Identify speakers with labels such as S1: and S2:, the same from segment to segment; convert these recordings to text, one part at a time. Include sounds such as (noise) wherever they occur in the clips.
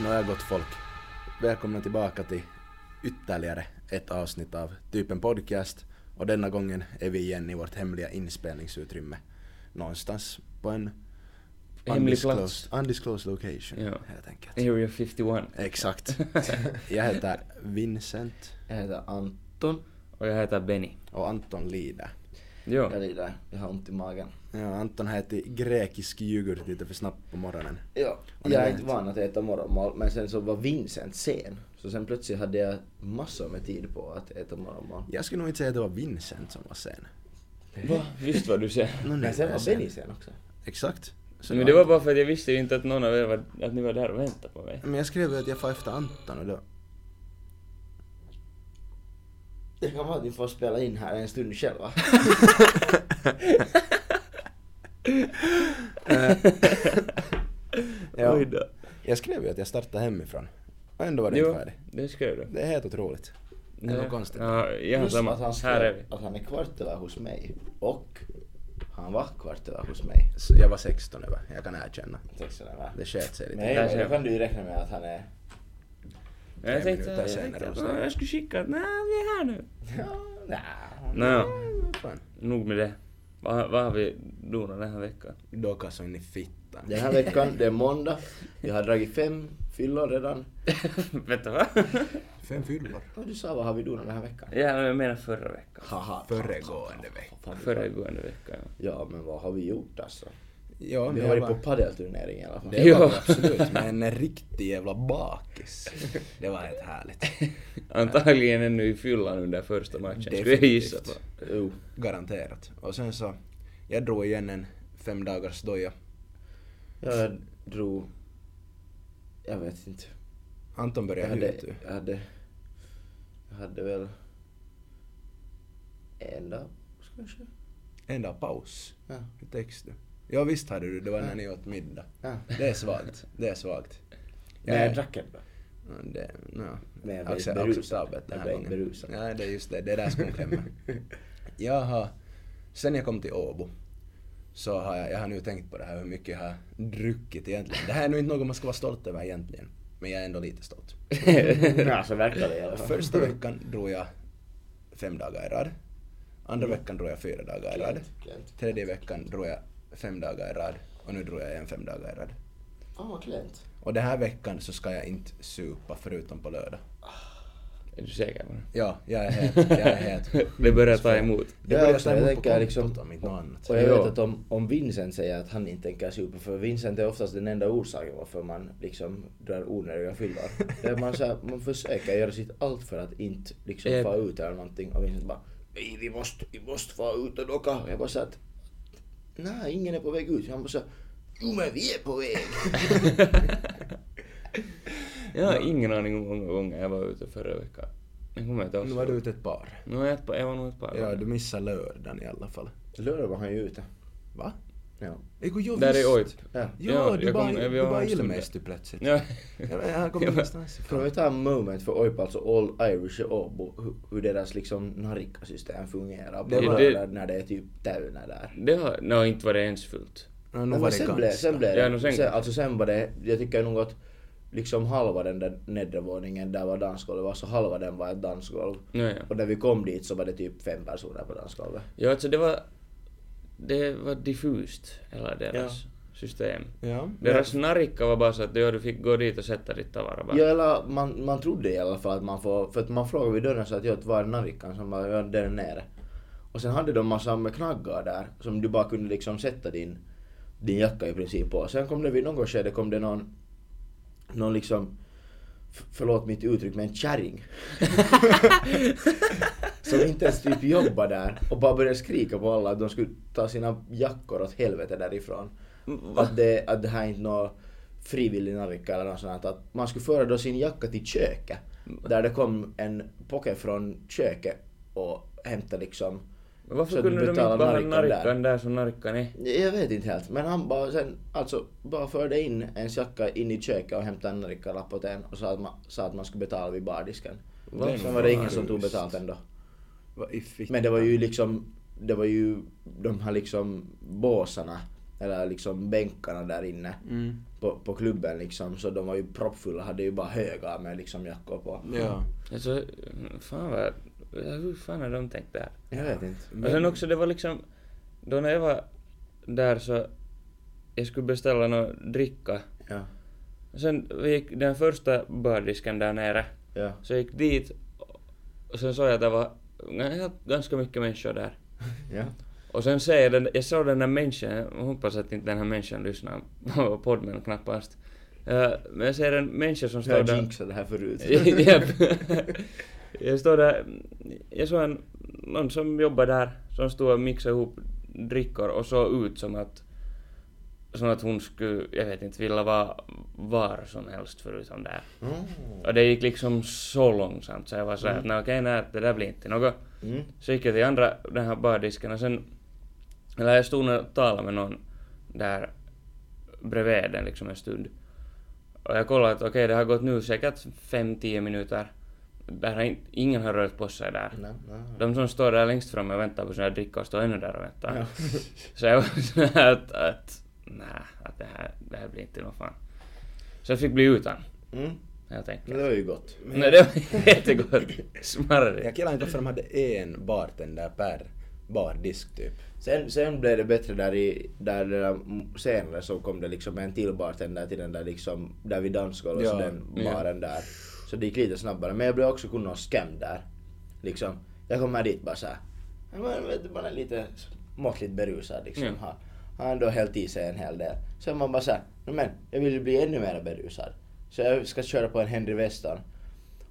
S1: Nåja gott folk, välkomna tillbaka till ytterligare ett avsnitt av Typen Podcast och denna gången är vi igen i vårt hemliga inspelningsutrymme någonstans på en
S2: Hemlig plats.
S1: undisclosed, undisclosed location
S2: Ja.
S1: helt enkelt.
S2: Area 51. (laughs)
S1: Exakt. Jag heter Vincent
S3: Jag heter Anton.
S2: Och jag heter Benny.
S1: och Anton lider.
S2: Jo.
S3: Jag lider. Jag har ont i magen.
S1: Ja, Anton har ätit grekisk yoghurt lite för snabbt på morgonen.
S3: Ja,
S1: Och ni
S3: jag är
S1: vet.
S3: inte van att äta morgonmål, men sen så var Vincent sen. Så sen plötsligt hade jag massor med tid på att äta morgonmål.
S1: Jag skulle nog inte säga att det var Vincent som var sen.
S2: Va? Just vad du säger.
S1: Nå, nu
S3: Men sen
S1: är jag
S3: var Benny sen också.
S1: Exakt. Så
S2: Men det var bara för att jag visste ju inte att någon av er var, att ni var där och väntade på mig.
S1: Men jag skrev ju att jag far efter Anton och då...
S3: Det kan vara att vi får spela in här en stund själva.
S1: Eh, (laughs) Ja.
S2: Oj då.
S1: Jag skrev ju att jag startade hemifrån. Och ändå var det inte
S2: Jo,
S1: färdig.
S2: det skrev du.
S1: Det är helt otroligt. Det är
S2: Nej.
S1: nog konstigt.
S2: Ja, jag har
S3: Plus
S2: samma.
S3: att han
S2: Här är vi.
S3: skrev att han är kvart över hos mig. Och han var kvart över hos mig.
S1: Så jag var 16 över, jag kan erkänna.
S3: Texten är
S1: Det
S3: med.
S1: sket sig lite.
S3: Nej,
S2: Där
S3: men
S2: ser
S3: då kan
S2: vi.
S3: du ju räkna med att han är...
S2: Men Jag
S1: Tre
S2: tänkte,
S1: minuter
S2: jag,
S1: senare
S2: tänkte att
S1: ungefär.
S2: "Åh, jag skulle skicka att nej, vi är här nu.
S3: Ja, nja.
S2: Nå,
S1: Vad fan.
S2: nog med det. Vad vad har vi donat den här (laughs) veckan?
S1: Då kastar in i fittan.
S3: Den här veckan, det är måndag. Jag har dragit fem fyllor redan.
S2: Vet du vad?
S1: Fem fyllor.
S3: Och du sa vad har vi donat den här veckan?
S2: Ja, jag menar förra veckan.
S3: Haha.
S1: Föregående vecka.
S3: Fan, du-
S2: Föregående vecka, ja.
S3: Ja, men vad har vi gjort alltså?
S1: Ja,
S3: Vi
S1: men
S3: har
S1: jag
S3: varit
S1: var...
S3: på padelturnering i alla fall.
S1: Det var
S2: Ja.
S1: vi
S3: (laughs)
S1: absolut, men en riktig jävla bakis. Det var helt härligt.
S2: Antagligen ännu i fyllan under första matchen, skulle jag
S1: Definitivt.
S2: gissa på.
S3: Jo.
S1: Garanterat. Och sen så, jag drog igen en fem dagars doja.
S3: Jag drog... Jag vet inte.
S1: Anton
S3: Jag
S1: började
S3: hade...
S1: huvud.
S3: Jag hade... Jag hade väl... En dag kanske?
S1: En dag paus.
S3: Ja.
S1: Hur text du? Ja visst hade du, det var när ni åt middag.
S3: ja.
S1: Det är svagt, det är svagt.
S3: Men
S1: Eh.
S3: jag drack ändå.
S1: (laughs) Ja, Det, no.
S3: Men jag blev
S1: Accep-
S3: berusad.
S1: acceptabelt den
S3: Jag
S1: här
S3: blev
S1: gången.
S3: berusad.
S1: Nej, det är just det. Det är där skon klämmer. jag har, sen jag kom till Åbo, så har jag, jag har nu tänkt på det här hur mycket jag har druckit egentligen. Det här är nog inte något man ska vara stolt över egentligen. Men jag är ändå lite stolt.
S3: (laughs) Ja, så verkar det i alla fall.
S1: Första veckan drog jag fem dagar i rad. Andra veckan drog jag fyra dagar i rad.
S3: Klent, klent.
S1: Tredje veckan drog jag fem dagar i rad. Och nu drog jag igen fem dagar i rad.
S3: Fan vad klent.
S1: Och den här veckan så ska jag inte supa förutom på lördag.
S2: Är du säker på det?
S1: Ja, jag är helt, jag är
S3: (laughs)
S1: helt.
S2: (laughs) Det börjar ta emot.
S1: Det
S3: Ja,
S1: börjar
S3: alltså,
S1: ta
S3: jag
S1: emot på
S3: tänker liksom-
S1: kontot om inte något annat.
S3: Och jag vet
S2: Ja.
S3: att om, om Vincent säger att han inte tänker supa, för Vincent är oftast den enda orsaken varför man liksom drar onödiga fyllor. Det är man, så här, man försöker göra sitt allt för att inte liksom
S2: Eh.
S3: få ut eller någonting och Vincent bara Nej vi måste, vi måste få ut och åka. Och jag bara så att Nej ingen är på väg ut. Han bara så här, Jo men vi är på väg.
S2: Jag har ingen aning om hur många gånger jag var ute förra veckan. Jag kommer inte
S1: Nu var du
S2: ihåg.
S1: ute ett par.
S2: Nu har jag ett par, jag var nog ett par
S1: Ja,
S2: gånger.
S1: du missade lördagen i alla fall.
S3: (laughs) Lördag var han ju ute.
S1: Va?
S3: Ja.
S1: Eiku, jo,
S2: Där är
S1: visst.
S2: Oip.
S3: ja.
S1: Ja,
S2: Ja,
S1: du
S2: jag
S1: bara,
S2: kom- jag- vi
S1: du
S2: var
S1: bara
S2: en stund
S1: ilmades
S2: där.
S1: du plötsligt.
S2: Ja. (laughs)
S1: Ja, men Han kom
S2: Ja, men-
S1: ingenstans
S3: Kan
S1: ifrån.
S3: vi ta en moment för OIP, alltså All Irish i Åbo, hur, hur deras liksom narikasystem fungerar på
S1: Det
S2: var-
S3: lördagar när det är typ tävlingar där.
S2: Det har, no, inte var det ens fullt.
S1: Ja, nu
S3: Nej,
S1: var
S3: men
S1: det
S3: sen blev, sen
S1: ganska.
S3: blev det,
S2: Ja, no sen
S3: sen,
S2: kanske.
S3: alltså sen var det, jag tycker nog att liksom halva den där nedre våningen där var dansgolv, alltså halva den var ett dansgolv.
S2: Ja, ja.
S3: Och när vi kom dit så var det typ fem personer på dansgolvet.
S2: ja, alltså det var... Det var diffust, hela deras system.
S1: Ja.
S2: Deras narikka var bara så att ja, du fick gå dit och sätta ditt tavara bara.
S3: Ja, eller man, man trodde i alla fall att man får, för att man frågade vid dörren så att ja, att var är narrikan? Som bara, ja, där nere. Och sen hade de massa med knaggar där som du bara kunde liksom sätta din, din jacka i princip på. Sen kom det vid något skede kom det någon, någon liksom, f- förlåt mitt uttryck, men kärring. (laughs) som inte ens typ jobbade där och bara började skrika på alla att de skulle ta sina jackor åt helvete därifrån. Att det, att det här är inte någon frivillig narrika eller något sånt. här, Att man skulle föra då sin jacka till köket. Där det kom en pocke från köket och hämtade liksom...
S2: Men varför
S3: så att du
S2: kunde de inte
S3: betalar
S2: bara ha
S3: narrikan
S2: narrikan där som narrikan är?
S3: Jag vet inte helt. Men han bara sen alltså bara förde in en jacka in i köket och hämtade en narrikalapp åt en och sa att, man, sa att man skulle betala vid bardisken.
S2: Vad
S3: Sen var det ingen
S1: fan
S3: som tog
S1: just.
S3: betalt ändå.
S1: Vad i fitta.
S3: Men det var ju liksom, det var
S2: Mm.
S3: ju de här liksom båsarna, eller liksom bänkarna där inne. på, på klubben liksom, så de var ju proppfulla, hade ju bara högar med liksom jackor på.
S1: Ja.
S2: Alltså, fan vad... Hur fan har de tänkt där?
S3: Jag vet inte.
S2: Och sen också, det var liksom... Då när jag var där så... Jag skulle beställa någon dricka.
S3: Ja.
S2: Sen vi gick den första bardisken där nere.
S3: Ja.
S2: Så jag gick dit och sen såg jag att det var g- ganska mycket människor där.
S3: Ja.
S2: Och sen ser jag den, jag såg den där människan, jag hoppas att inte den här människan lyssnar på podden knappast. Eh, men jag ser en människa som
S3: Jag
S2: står
S3: har
S2: där...
S3: jinxat det här förut. (laughs)
S2: (laughs) Japp. jag står där, jag såg en, någon som jobbar där, som stod och mixade ihop drickor och såg ut som att, som att hon skulle, jag vet inte, vilja vara var som helst förutom där.
S3: Mm.
S2: Och det gick liksom så långsamt så jag var såhär att nej okej, nej det där blir inte något.
S3: Mm.
S2: Så gick jag till andra den här bardisken och sen... Eller jag stod och talade med någon där bredvid den liksom en stund. Och jag kollade att okej, det har gått nu säkert 5-10 minuter. Där har inte, ingen har rört på sig där.
S3: Nej, nej.
S2: De som står där längst fram och väntar på sina drickor står ännu där och väntar.
S3: Ja.
S2: (laughs) Så jag var såhär att, att nej, att det här, det här blir inte något fan. Så jag fick bli utan,
S3: Mm.
S2: helt
S3: Men
S2: enkelt.
S3: det var ju gott.
S2: Nej, det var jättegott. Smarrigt.
S1: Jag gillar inte varför de hade en bartender per bardisk typ.
S3: Sen, sen blev det bättre där i, där det där m- senare så kom det liksom en till bartender till den där liksom, där vid dansgolvet, så
S1: Ja,
S3: den
S2: ja.
S3: baren där. Så det gick lite snabbare. Men jag blev också kunna scam där. Liksom, jag kom här dit bara såhär, ja, men vet du, man är lite måttligt berusad liksom.
S2: Ja.
S3: Har, har ändå hällt i sig en hel del. Sen man bara såhär, "Nej, men jag vill ju bli ännu mer berusad. Så jag ska köra på en Henry Weston.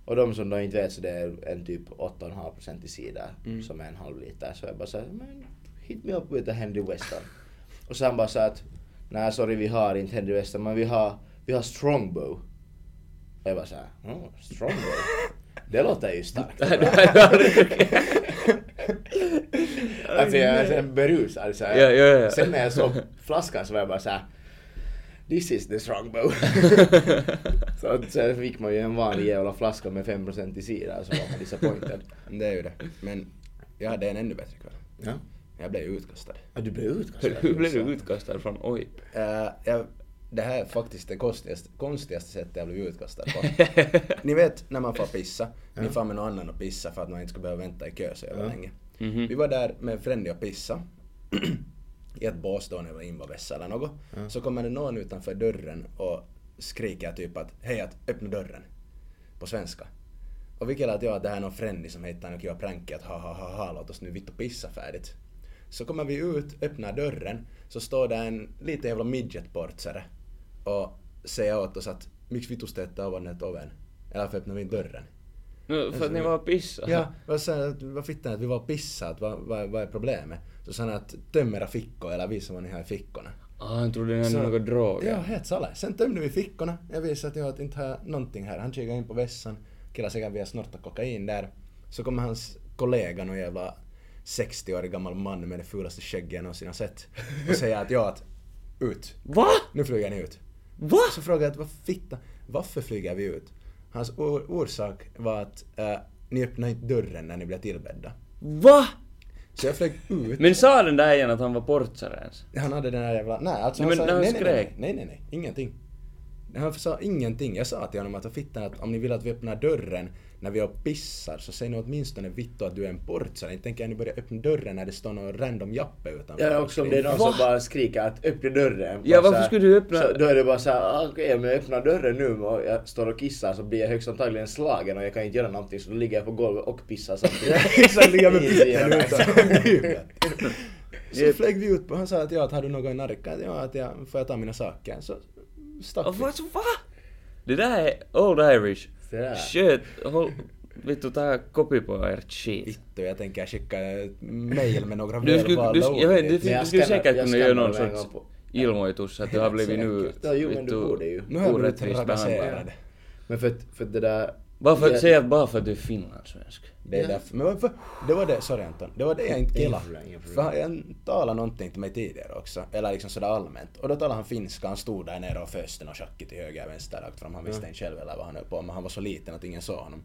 S3: Och de som då inte vet så det är en typ 8,5% i sida
S2: Mm.
S3: som är en halv liter. Så jag bara såhär, men hit me up with a Henry Weston. (laughs) Och sen bara så att, nej sorry vi har inte Henry Weston men vi har, vi har Strongbow. Och jag bara såhär, oh, Strongbow? det låter
S2: (laughs)
S3: ju starkt. (laughs) alltså jag är sen berusad så här.
S2: Ja, ja, ja.
S3: Sen när jag såg flaskan så var jag bara såhär, this is
S2: (laughs)
S3: the Strongbow. så att sen fick man ju en vanlig jävla flaska med 5% i sida så var man disappointed.
S1: Det är ju det. Men jag hade en ännu bättre kväll.
S3: Ja.
S1: Jag blev ju utkastad.
S3: ja du blev utkastad.
S2: Hur blev du utkastad från OIP?
S1: Eh, jag, det här är faktiskt det konstigaste, konstigaste sättet jag blev utkastad på. ni vet när man får pissa, ni får med någon annan och pissa för att man inte ska behöva vänta i kö så jävla länge.
S3: Mhm.
S2: Mhm.
S1: Vi var där med en Freddy och pissa i ett bås då när jag var invavessa eller något. Så kommer det någon utanför dörren och skriker typ att hej att öppna dörren. På svenska. Och vi kallar att jag att det här är någon Freddy som hittar något kul prank att ha ha ha ha låt oss nu vitt och pissa färdigt. Så kommer vi ut, öppnar dörren, så står det en liten jävla midgetportsare och säger åt oss att miksi vitus te ette avanneet oven? Eller varför öppnar vi inte dörren?
S2: Nu,
S3: Alltså,
S2: för att ni var och pissade?
S1: Ja, vad sa att vad fittan att vi var och pissade, att vad, vad, vad är problemet? Så sa han att töm era fickor eller visa vad ni har i fickorna.
S2: Ah, han trodde ni hade
S1: Så-
S2: några droger.
S1: Ja, helt sale. Sen tömde vi fickorna. Jag visade att jag att inte har någonting här. Han kikade in på vässan. Killen säkert vi har snortat kokain där. Så kommer hans kollega, någon jävla 60-årig gammal man med det fulaste skägget jag någonsin har sett. Och säger att jag att ut.
S2: Va?
S1: Nu flyger ni ut.
S2: Va?
S1: Så frågade jag att vad fitta, varför flyger vi ut? Hans or- orsak var att eh, ni öppnar inte dörren när ni blir tillbedda.
S2: Va?
S1: Så jag flög ut.
S2: Men sa den där igen att han var portsare ens?
S1: Han hade den här jävla... Nej, alltså
S2: Nej, men när han
S1: nej, nej, nej,
S2: skrek.
S1: nej, nej, nej, ingenting. Han sa ingenting. Jag sa till honom att "Vad fittan att om ni vill att vi öppnar dörren när vi är och pissar så säg nu åtminstone vittu att du är en portsare. Inte tänker jag nu börja öppna dörren när det står någon random jappe utanför.
S3: Ja, också om det är någon
S2: Va?
S3: som bara skriker att öppna dörren.
S2: Ja,
S3: Bara
S2: varför
S3: så här-
S2: skulle du öppna-
S3: Så, då är det bara såhär, ah, okej om jag öppnar dörren nu och jag står och kissar så blir jag högst antagligen slagen och jag kan inte göra någonting så då ligger jag på golvet och
S2: (laughs)
S3: pissar samtidigt.
S1: Exakt, ligga
S3: (laughs)
S1: med
S3: Easy, ja.
S1: pippen utanför. Så flög vi ut på, han sa att ja, att har du någon narka? Ja, att jag får jag ta mina saker? Så
S2: Ah,
S1: stack vi.
S2: vad- Va? Det där är Old Irish.
S3: Se där.
S2: Shit, håll... Vittu, ta copy på ert shit.
S1: Vittu, jag tänker skicka ett mail med några
S2: Du skulle,
S1: verbala
S2: du, jag vet, du,
S1: dit.
S3: Men jag
S2: du skulle
S3: scannar-
S2: säkert
S3: jag
S2: kunna göra
S3: scannar
S2: någon
S3: den en
S2: sorts
S3: gång
S2: ilmoitus att du har blivit nu
S3: Ja, jo, men du
S2: vittu,
S3: borde ju.
S1: Nu har jag blivit
S2: orättvist behandlad.
S1: trakasserad.
S3: (laughs) Men för att, för att det där...
S2: Bara för
S3: Ja,
S2: att säga att bara för att du är finlandssvensk.
S1: Det är
S3: Ja.
S1: därför. Men varför? Det var det, sorry Anton. Det var det jag inte gillade.
S3: Ingen problem, ingen problem.
S1: För han- han talade någonting till mig tidigare också. Eller liksom sådär allmänt. Och då talade han finska. Han stod där nere och föste och schacket till höger och vänster rakt fram. Han visste inte själv eller vad han höll på med. Han var så liten att ingen såg honom.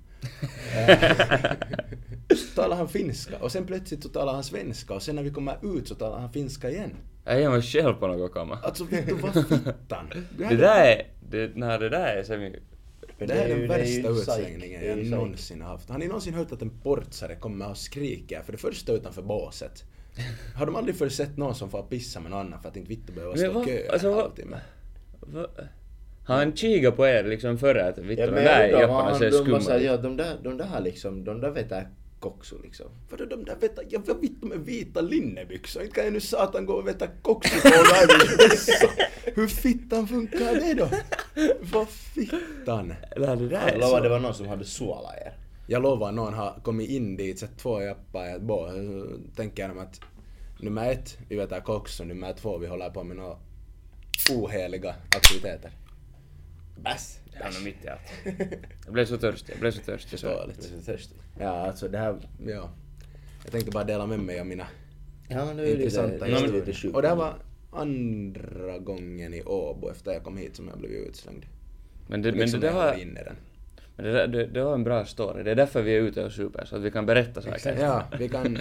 S2: (laughs)
S1: så talade han finska. Och sen plötsligt så talade han svenska. Och sen när vi kommer ut så talade han finska igen.
S2: Jag ger mig själv på något komma.
S1: Alltså vet du vad fittan?
S2: Det där är... Det, nej, det där är semi...
S1: Det här
S3: Det
S1: är
S3: är ju-
S1: den
S3: det är ju
S1: värsta
S3: psyk.
S1: utslängningen
S3: Det är ju
S1: jag
S3: psyk.
S1: någonsin har haft. Har ni någonsin hört att en portsare kommer och skriker för det första utanför båset? Har de aldrig förr sett någon som får pissa med någon annan för att inte vittu behöva
S2: Men
S1: stå
S2: vad-
S1: i kö
S2: alltså
S1: en
S2: vad-
S1: halvtimme?
S2: Va? Han kikar på er liksom före att vittu,
S3: Ja,
S2: de
S3: men
S2: där
S3: jag undrar vad
S2: japparna
S3: han
S2: ser
S3: dumma
S2: alltså, skumma
S3: såhär,
S2: ut.
S3: ja de där, de där liksom, de där vet jag koksu liksom.
S1: Vadå de där veta, jag jag vittu med vita linnebyxor, inte kan jag nu satan gå och veta koksi på
S3: (laughs)
S1: live Hur fittan funkar det då? Vad fittan?
S2: Nej, det där
S3: Jag
S2: är
S3: lovar det
S2: så...
S3: var någon som hade suolat er.
S1: Jag lovar någon har kommit in dit, sett två jappar i ett bås, så eh, tänker de att nummer ett, vi vet att koks och nummer två, vi håller på med några oheliga aktiviteter.
S3: Bäs!
S2: Han är mitt i allt. Jag blev så törstig, jag blev så
S1: (laughs)
S2: törstig. Så.
S1: Förståeligt.
S3: Jag är så törstig. Ja alltså det här...
S1: Ja. Jag tänkte bara dela med mig av mina
S3: Ja nu är det lite,
S1: intressanta
S3: det är lite
S1: historier.
S3: sjukt.
S1: Och det här var andra gången i Åbo efter jag kom hit som jag blev utslängd.
S2: Men det, men det,
S1: Liksom
S2: det,
S1: jag höll
S2: var,
S1: in i den.
S2: men det, där- det, det var en bra story. Det är därför vi är ute och super, så att vi kan berätta saker.
S1: Ja, vi
S2: (laughs)
S1: kan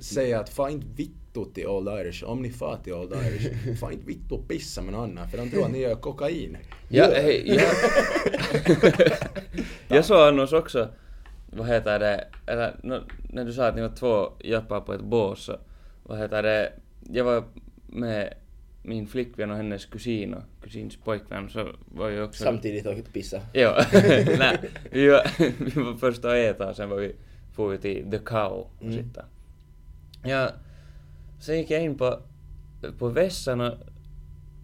S1: säga att fan inte vittu till Old Irish. Om ni far till Old Irish, fan inte vittu och pissa med någon annan för de tror att ni gör kokain.
S2: Ja, hej, (laughs) jag, jag såg annars också, vad heter det, eller nå, när du sa att ni var två jappar på ett bås, så, vad heter det, jag var med min flickvän och hennes kusin och kusins pojkvän, så var ju också...
S3: Samtidigt och pissa.
S2: Jo, (laughs) nej, vi (laughs) var, vi var först och äta och sen var vi, for vi till The Cow och sitta. Ja, sen gick jag in på, på vässan och,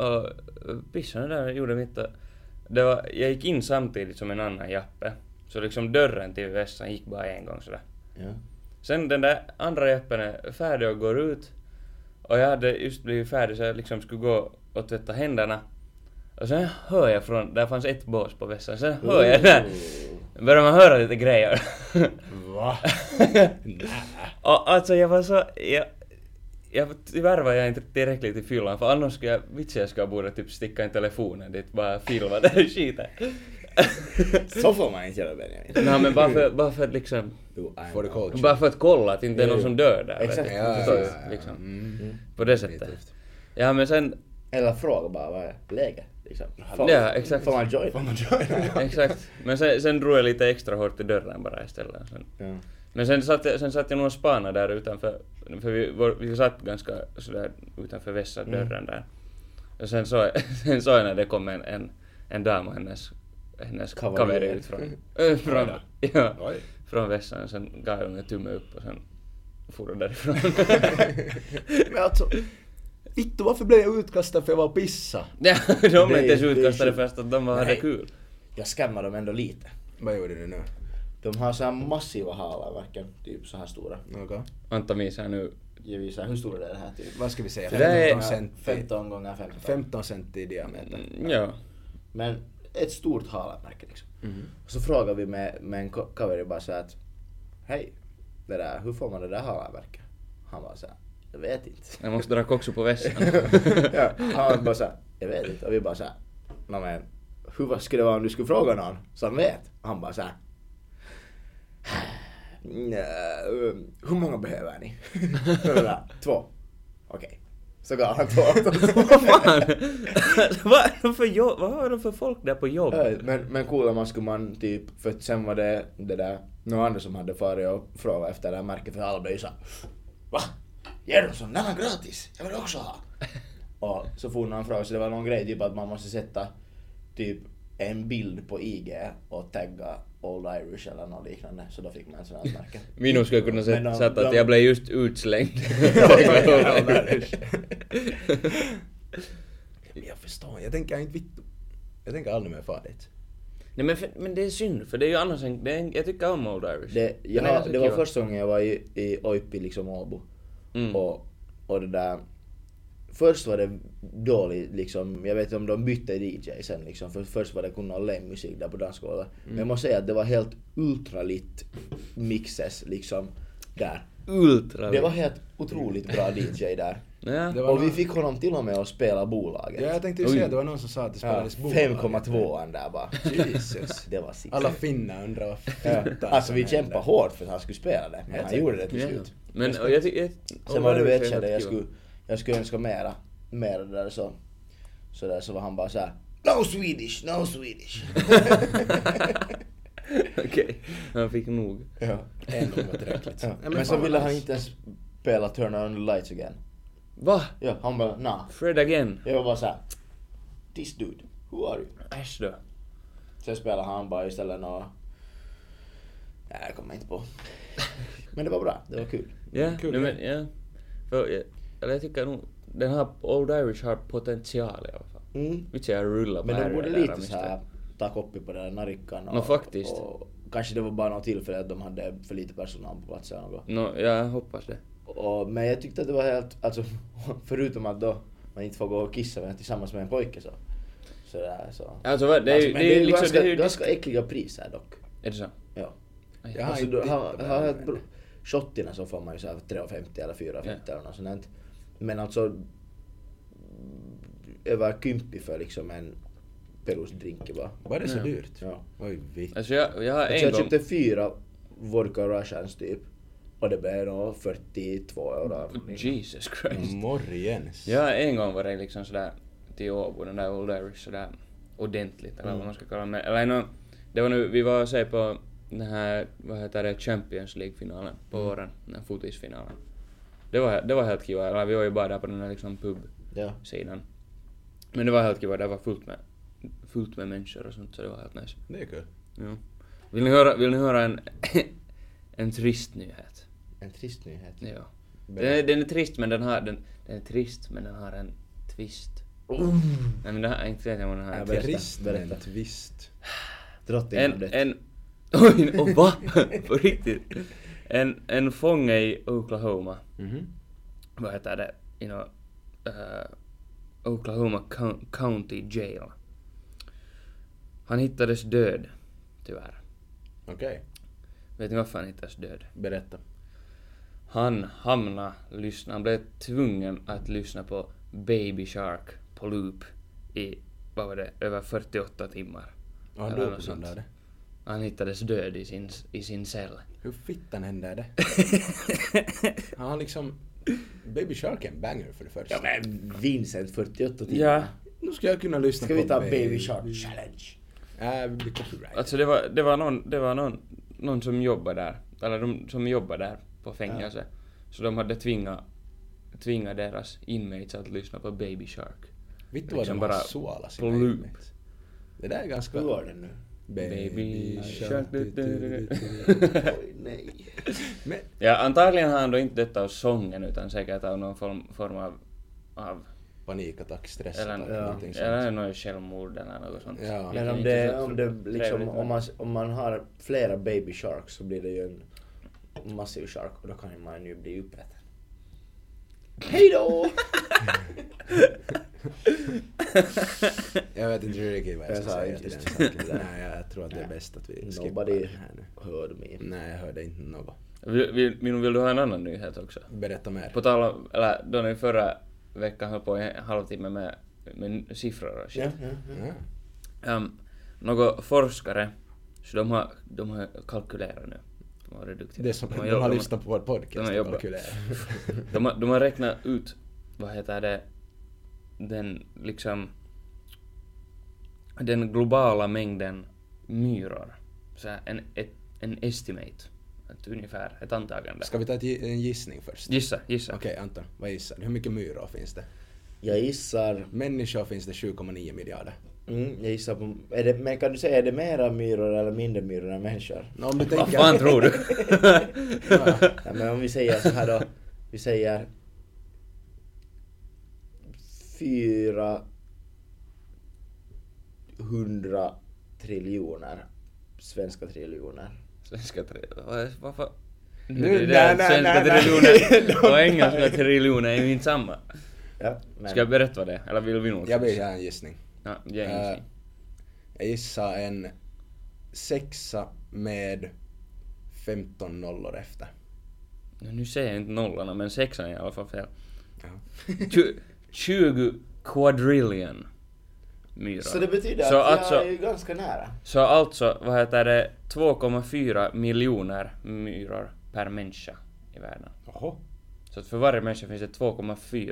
S2: och pissade där och gjorde mitt och, det var, jag gick in samtidigt som en annan jappe. Så liksom dörren till vässan gick bara en gång sådär.
S3: Ja.
S2: Sen den där andra jappen är färdig och går ut. Och jag hade just blivit färdig så jag liksom skulle gå och tvätta händerna. Och sen hör jag från, där fanns ett bås på vässan, sen hör jag där. Börjar man höra lite grejer. (laughs)
S1: Va? Nä.
S2: och alltså jag var så, jag, jag, tyvärr var jag inte tillräckligt i fyllan för annars skulle jag, vitsen jag skulle ha borde typ sticka en telefonen dit bara filma den
S3: (laughs)
S2: skiten.
S3: (laughs) Så får man inte göra Benjamin.
S2: Nej men bara för, bara för att liksom,
S3: Jo, I'm
S1: For the
S3: out.
S1: culture.
S2: bara för att kolla att inte är någon som dör där. vet
S3: Exakt.
S2: du.
S3: Ja, ja,
S2: Förstår du?
S3: ja,
S1: ja.
S2: Liksom.
S1: Mm.
S2: På det sättet.
S1: Definitivt.
S2: Ja men sen,
S3: Eller fråga bara vad är läget? Liksom. Får-
S2: Ja, exakt.
S3: Får man joina? Får man joina?
S2: exakt. Men sen, sen drog jag lite extra hårt i dörren bara istället. Sen,
S3: Ja.
S2: men sen satt, jag, sen satt jag nog och spanade där utanför, för vi, var, vi satt ganska sådär utanför vässa
S3: Mm.
S2: dörren där. Och sen såg jag, (laughs) sen såg jag när det kom en, en, en dam och hennes, hennes
S3: Kavaljer.
S2: kavaljer ut
S3: (laughs)
S2: från, äh, från, (laughs) ja,
S1: Oj.
S2: från vässan. Sen gav jag henne tumme upp och sen for hon
S3: (laughs)
S2: därifrån.
S1: (laughs) Men alltså, vittu varför blev jag utkastad för jag var och pissa?
S2: (laughs) ja, de blev
S3: Det är-
S2: inte ens
S3: det är
S2: utkastade
S3: sjukt.
S2: fast att de bara hade
S3: Nej.
S2: kul.
S3: Jag skämmer dem ändå lite.
S1: Vad gjorde du nu?
S3: De har så här massiva halar verkligen. Typ så här stora.
S1: Okej.
S2: Anton visar nu
S3: Jag visar, hur stora är det här typ?
S1: Vad ska vi säga?
S2: Det där är-
S1: 15 cent, i-
S3: 15 gånger 15.
S1: 15 cent i (laughs) diameter.
S2: Mm, Ja.
S3: Men ett stort halamärke liksom. Och så frågar vi med, med en ko- kaveri bara så här att Hej, det där, hur får man det där halamärket? Han bara så här, jag vet inte.
S2: Jag måste dra koksu på vässan.
S3: (laughs) ja, han bara så här, jag vet inte. Och vi bara så här, "Nå men hur vad skulle det vara om du skulle fråga någon som vet? Han bara så här, "Nja, um, hur många behöver ni? (laughs) Så vi bara, Två. Okej. Så gav han två åt oss.
S2: (laughs) vad fan? (laughs) vad, är de för jobb? vad har de för folk där på jobb?
S3: Nej, Men, men coola man skulle man typ, för att sen var det det där, några andra som hade farit och frågat efter det här märket för alla blev ju såhär Va? Ger de sån där gratis? Jag vill också ha! och så for någon fråga så det var någon grej typ att man måste sätta typ en bild på IG och tagga Old Irish eller något liknande så då fick man ett sånt här märke.
S2: Minus skulle kunna
S3: Men
S2: sätta
S3: de-
S2: sätta att
S3: de-
S2: jag blev just
S3: (laughs)
S2: utslängd.
S1: (laughs) Men jag förstår, jag tänker inte vittu. Jag tänker aldrig mer fara dit.
S2: Nej men, för, men det är synd, för det är ju annars en, det är en jag tycker om Old Irish.
S3: Det,
S2: Den är
S3: jag,
S2: ganska
S3: det var
S2: kiva.
S3: första gången jag var i, i Oipi, liksom Åbo.
S2: Mm.
S3: Och, och det där... Först var det dåligt liksom, jag vet inte om de bytte DJ sen liksom, för först var det kunna musik där på dansgolvet.
S1: Mm.
S3: Men jag måste säga att det var helt ultralitt mixes liksom där.
S2: Ultra.
S3: Det var helt otroligt bra DJ där.
S2: Ja.
S1: Det var
S3: Och vi
S1: någon-
S3: fick honom till och med att spela bolaget.
S1: Ja, jag tänkte ju
S2: Oj.
S1: säga att det var någon som sa att det
S3: Ja,
S1: spelades bord.
S3: 5,2an där bara.
S1: Jesus.
S3: Det var sick.
S1: Alla finnar undrar vad
S3: Ja.
S1: fittan
S3: Alltså
S1: som
S3: vi
S1: hände. typ.
S3: kämpade hårt för att han skulle spela det, men
S1: Jag
S3: han
S1: tänkte-
S3: gjorde det till
S2: Ja.
S3: slut.
S2: Men och jag tycker...
S3: Sen var det vetcha där jag skulle, jag Jag skulle önska mera, mera där så. Så där så var han bara så här. No Swedish, no Swedish.
S2: (laughs) Okej, han fick nog.
S3: ja.
S1: En gång var tillräckligt.
S3: Ja.
S1: Ja,
S3: Men så
S1: fan vad
S3: ville han
S1: nice.
S3: inte ens spela Turn on the lights again.
S2: Va?
S3: Ja, han bara nah.
S2: Fred again?
S3: Jag var bara såhär. This dude, who are you?
S2: Äsch då.
S3: Sen spelade han bara istället några... Nej, jag kommer inte på. Men det var bra, det var kul.
S2: Ja,
S1: Kul
S2: nej,
S1: grej.
S2: men, ja. För, jag, eller jag tycker nog, den här Old Irish har potential i alla fall.
S3: Mm.
S2: Vitsi jag rullar på
S3: Men de
S2: härjor
S3: borde
S2: där,
S3: lite
S2: minns
S3: så här ta koppi på den där narikkan.
S2: Nå, faktiskt.
S3: Och, kanske det var bara något tillfälle att de hade för lite personal på plats eller något.
S2: det. Nå, ja, jag hoppas det.
S3: Och, men jag tyckte att det var helt, alltså (laughs) förutom att då man inte får gå och kissa men tillsammans med en pojke så. Sådär så.
S2: Alltså, vad- det är ju-
S3: men
S2: det är ju liksom-
S3: ganska,
S2: det är ju-
S3: ganska äckliga priser dock.
S2: Är det så?
S3: Ja.
S1: Jag har
S3: alltså,
S1: inte
S3: du,
S1: tittat
S3: har,
S1: på
S3: har
S1: den,
S3: ett
S1: men-
S3: bro- shottina så får man ju såhär 3,50 eller 4,50
S2: Ja.
S3: eller något sånt. där. Men alltså mm, över kympi för liksom en perusdrink bara.
S1: Var det så
S2: Ja.
S1: dyrt?
S3: Ja.
S1: Oj, vitt.
S2: Alltså jag, jag har
S3: Alltså,
S2: en
S3: jag
S2: gång...
S3: köpte fyra vodka russians typ och det blev nog 42 euro.
S2: Oh, Jesus Christ.
S1: Morgens.
S2: Jag har en gång varit liksom sådär till Åbo, den där Old Irish sådär ordentligt eller vad man ska kalla det. Men- Eller no, det var nu, vi var och se på den här, vad heter det, Champions League-finalen på våren, den här fotisfinalen. Det var, det var helt kiva, eller vi var ju bara där på den här liksom pub
S3: Ja.
S2: sidan. Men det var helt kiva, det var fullt med, fullt med människor och sånt så det var helt nice.
S1: Det är kul.
S2: Jo. Vill ni höra, vill ni höra en, (laughs) en trist nyhet?
S3: En trist nyhet.
S2: Ja. Den är, den är trist men den har, den, den är trist men den har en twist. Oh. Nej men den har, inte vet jag vad den har.
S3: Nej,
S2: En,
S3: berätta,
S2: twist.
S1: Trist men
S3: berätta.
S1: twist.
S3: Drottningen har
S2: en,
S3: dött.
S2: en (laughs) oj, och va? På riktigt? En, en fånge i Oklahoma,
S1: Mhm.
S2: vad heter det, you know, eh, Oklahoma Co- County Jail. Han hittades död, tyvärr.
S1: Okej,
S2: Vet ni varför han hittades död?
S1: berätta.
S2: Han hamnade, lyssna, han blev tvungen att lyssna på Baby Shark på loop i, vad var det, över 48 timmar.
S1: Och han
S2: Eller
S1: dog på
S2: något
S1: grund
S2: sånt.
S1: av det.
S2: Han hittades död i sin, i sin cell.
S1: Hur fittan hände det? Han har liksom... Baby Shark är en banger för det första.
S3: Ja men Vincent 48 timmar.
S2: Ja,
S1: Nu ska jag kunna lyssna
S3: Ska
S1: på
S3: vi ta Baby Shark Challenge?
S2: (laughs)
S1: Nej, vi blir copyright.
S2: alltså det var, det var, någon, det var någon, någon som jobbade där, eller de som jobbade där på fängelse. Så de hade tvingat, tvingat deras inmates att lyssna på Baby Shark.
S1: Vittu vad
S2: liksom
S1: de har
S2: bara
S1: sålat
S2: på
S1: sina
S2: loop.
S1: inmates. Det där är ganska...
S3: Hur var det nu?
S2: Baby Shark.
S1: du- du- du- du-
S3: Oj nej.
S1: Men
S2: Ja, antagligen har han då inte dött av sången utan säkert av någon form, form av, av
S1: panikattack, stress
S2: Eller,
S1: eller
S3: Ja.
S1: någonting sånt.
S2: eller något självmord eller något sånt.
S1: Ja.
S2: Jag
S3: Men
S2: kan
S3: om
S2: inte
S3: det,
S2: så-
S3: om det
S2: så-
S3: liksom,
S2: trevligt,
S3: om man, om man har flera baby sharks så blir det ju en massiv shark och då kan ju man ju bli uppäten.
S2: (laughs)
S3: Hej då!
S1: Jag vet inte riktigt vad jag
S3: Jag
S1: ska
S3: sa
S1: säga till
S3: inte
S1: den
S3: just
S1: saken. Nej, jag tror att det är bäst att vi skippar
S3: Nobody
S1: den här nu.
S3: heard me.
S1: Nej, jag hörde inte något.
S2: men- Vill, vill, Minu, vill du ha en annan nyhet också?
S1: Berätta mer.
S2: På tal om, eller då ni förra veckan höll på i en halvtimme med, med siffror och shit.
S3: Ja, ja, ja.
S1: Ja.
S2: Ehm, några forskare, så de har, de har kalkylerat nu. De har varit duktiga.
S1: Det är som
S2: de
S1: de
S2: har,
S1: har
S2: jobb-
S1: lyssnat på vår
S2: de
S1: podcast
S2: har
S1: och
S2: jobbat.
S1: kalkylerat.
S2: de, har, de har räknat ut, vad heter det, den liksom, den globala mängden myror. Så här, en, ett, en estimate, ett ungefär, ett antagande.
S1: Ska vi ta ett gi- en gissning först?
S2: Gissa, gissa.
S1: Okej, Anton, vad gissar du? Hur mycket myror finns det?
S3: Jag gissar...
S1: Människor finns det 7,9 miljarder.
S3: Mm, jag gissar på... Är det, men kan du säga, är det mera myror eller mindre myror än människor?
S1: Nå, om du
S2: Vad
S1: tänker...
S2: fan tror du? (laughs)
S1: Ja,
S3: Ja, men om vi säger så här då. Vi säger... fyra hundra triljoner. Svenska triljoner.
S2: Svenska triljoner, varför?
S1: Nu-
S2: det är det
S1: nej,
S2: att
S1: nej,
S2: Svenska
S1: nej, nej. (laughs)
S2: triljoner och engelska triljoner är ju inte samma.
S3: Ja, men...
S2: Ska jag berätta vad det är? Eller vill vi nog?
S1: jag vill göra en gissning.
S2: Ja, ge en gissning.
S1: Äh, Jag gissar en sexa med 15 nollor efter.
S2: No, nu säger jag inte nollorna, men sexan är i alla fall fel. (laughs)
S1: Ja.
S2: Tju- 20 quadrillion myror.
S3: Så det betyder
S2: så
S3: att
S2: alltså,
S3: jag är ju ganska nära.
S2: Så alltså, vad heter det, 2,4 miljoner myror per människa i världen.
S1: Jaha.
S2: Så att för varje människa finns det 2,4
S3: Och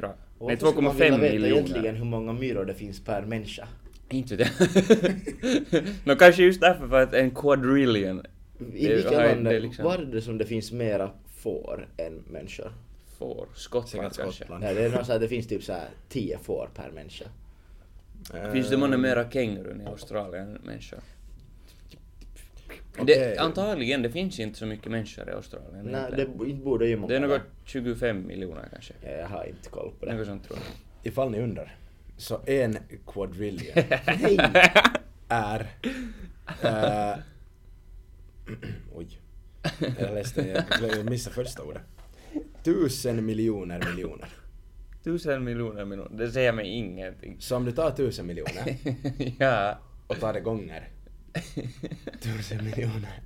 S2: Nej,
S3: varför skulle man vilja
S2: 2,5
S3: veta
S2: miljoner.
S3: egentligen hur många myror det finns per människa?
S2: Inte vet jag. (laughs) Nå kanske just därför för att en quadrillion.
S3: I
S2: det-
S3: vilka
S2: har-
S3: länder,
S2: det är liksom-
S3: var är det som det finns mera får än människor?
S2: Får. Skottland
S1: Säkert
S2: kanske.
S1: Skottland.
S3: Nej, det är något så här, det finns typ så här 10 får per människa.
S1: Eh,
S2: Finns det många mera kängurun i Australien än människor?
S1: Okej.
S2: Det, antagligen, det finns inte så mycket människor i Australien
S3: Nej, det
S2: egentligen.
S3: b- inte borde ju många
S2: det är något
S3: vara.
S2: 25 miljoner kanske.
S3: Ja, jag har inte koll på det.
S2: Något sånt tror jag.
S1: Ifall ni undrar, så en quadrillion
S3: Nej!
S1: är... eh, (clears throat) oj. Jag läste, jag glömde- missade första ordet. Tusen miljoner miljoner.
S2: Tusen miljoner miljoner, det säger mig ingenting.
S1: Så om du tar tusen miljoner
S2: (laughs) ja.
S1: och tar det gånger tusen miljoner.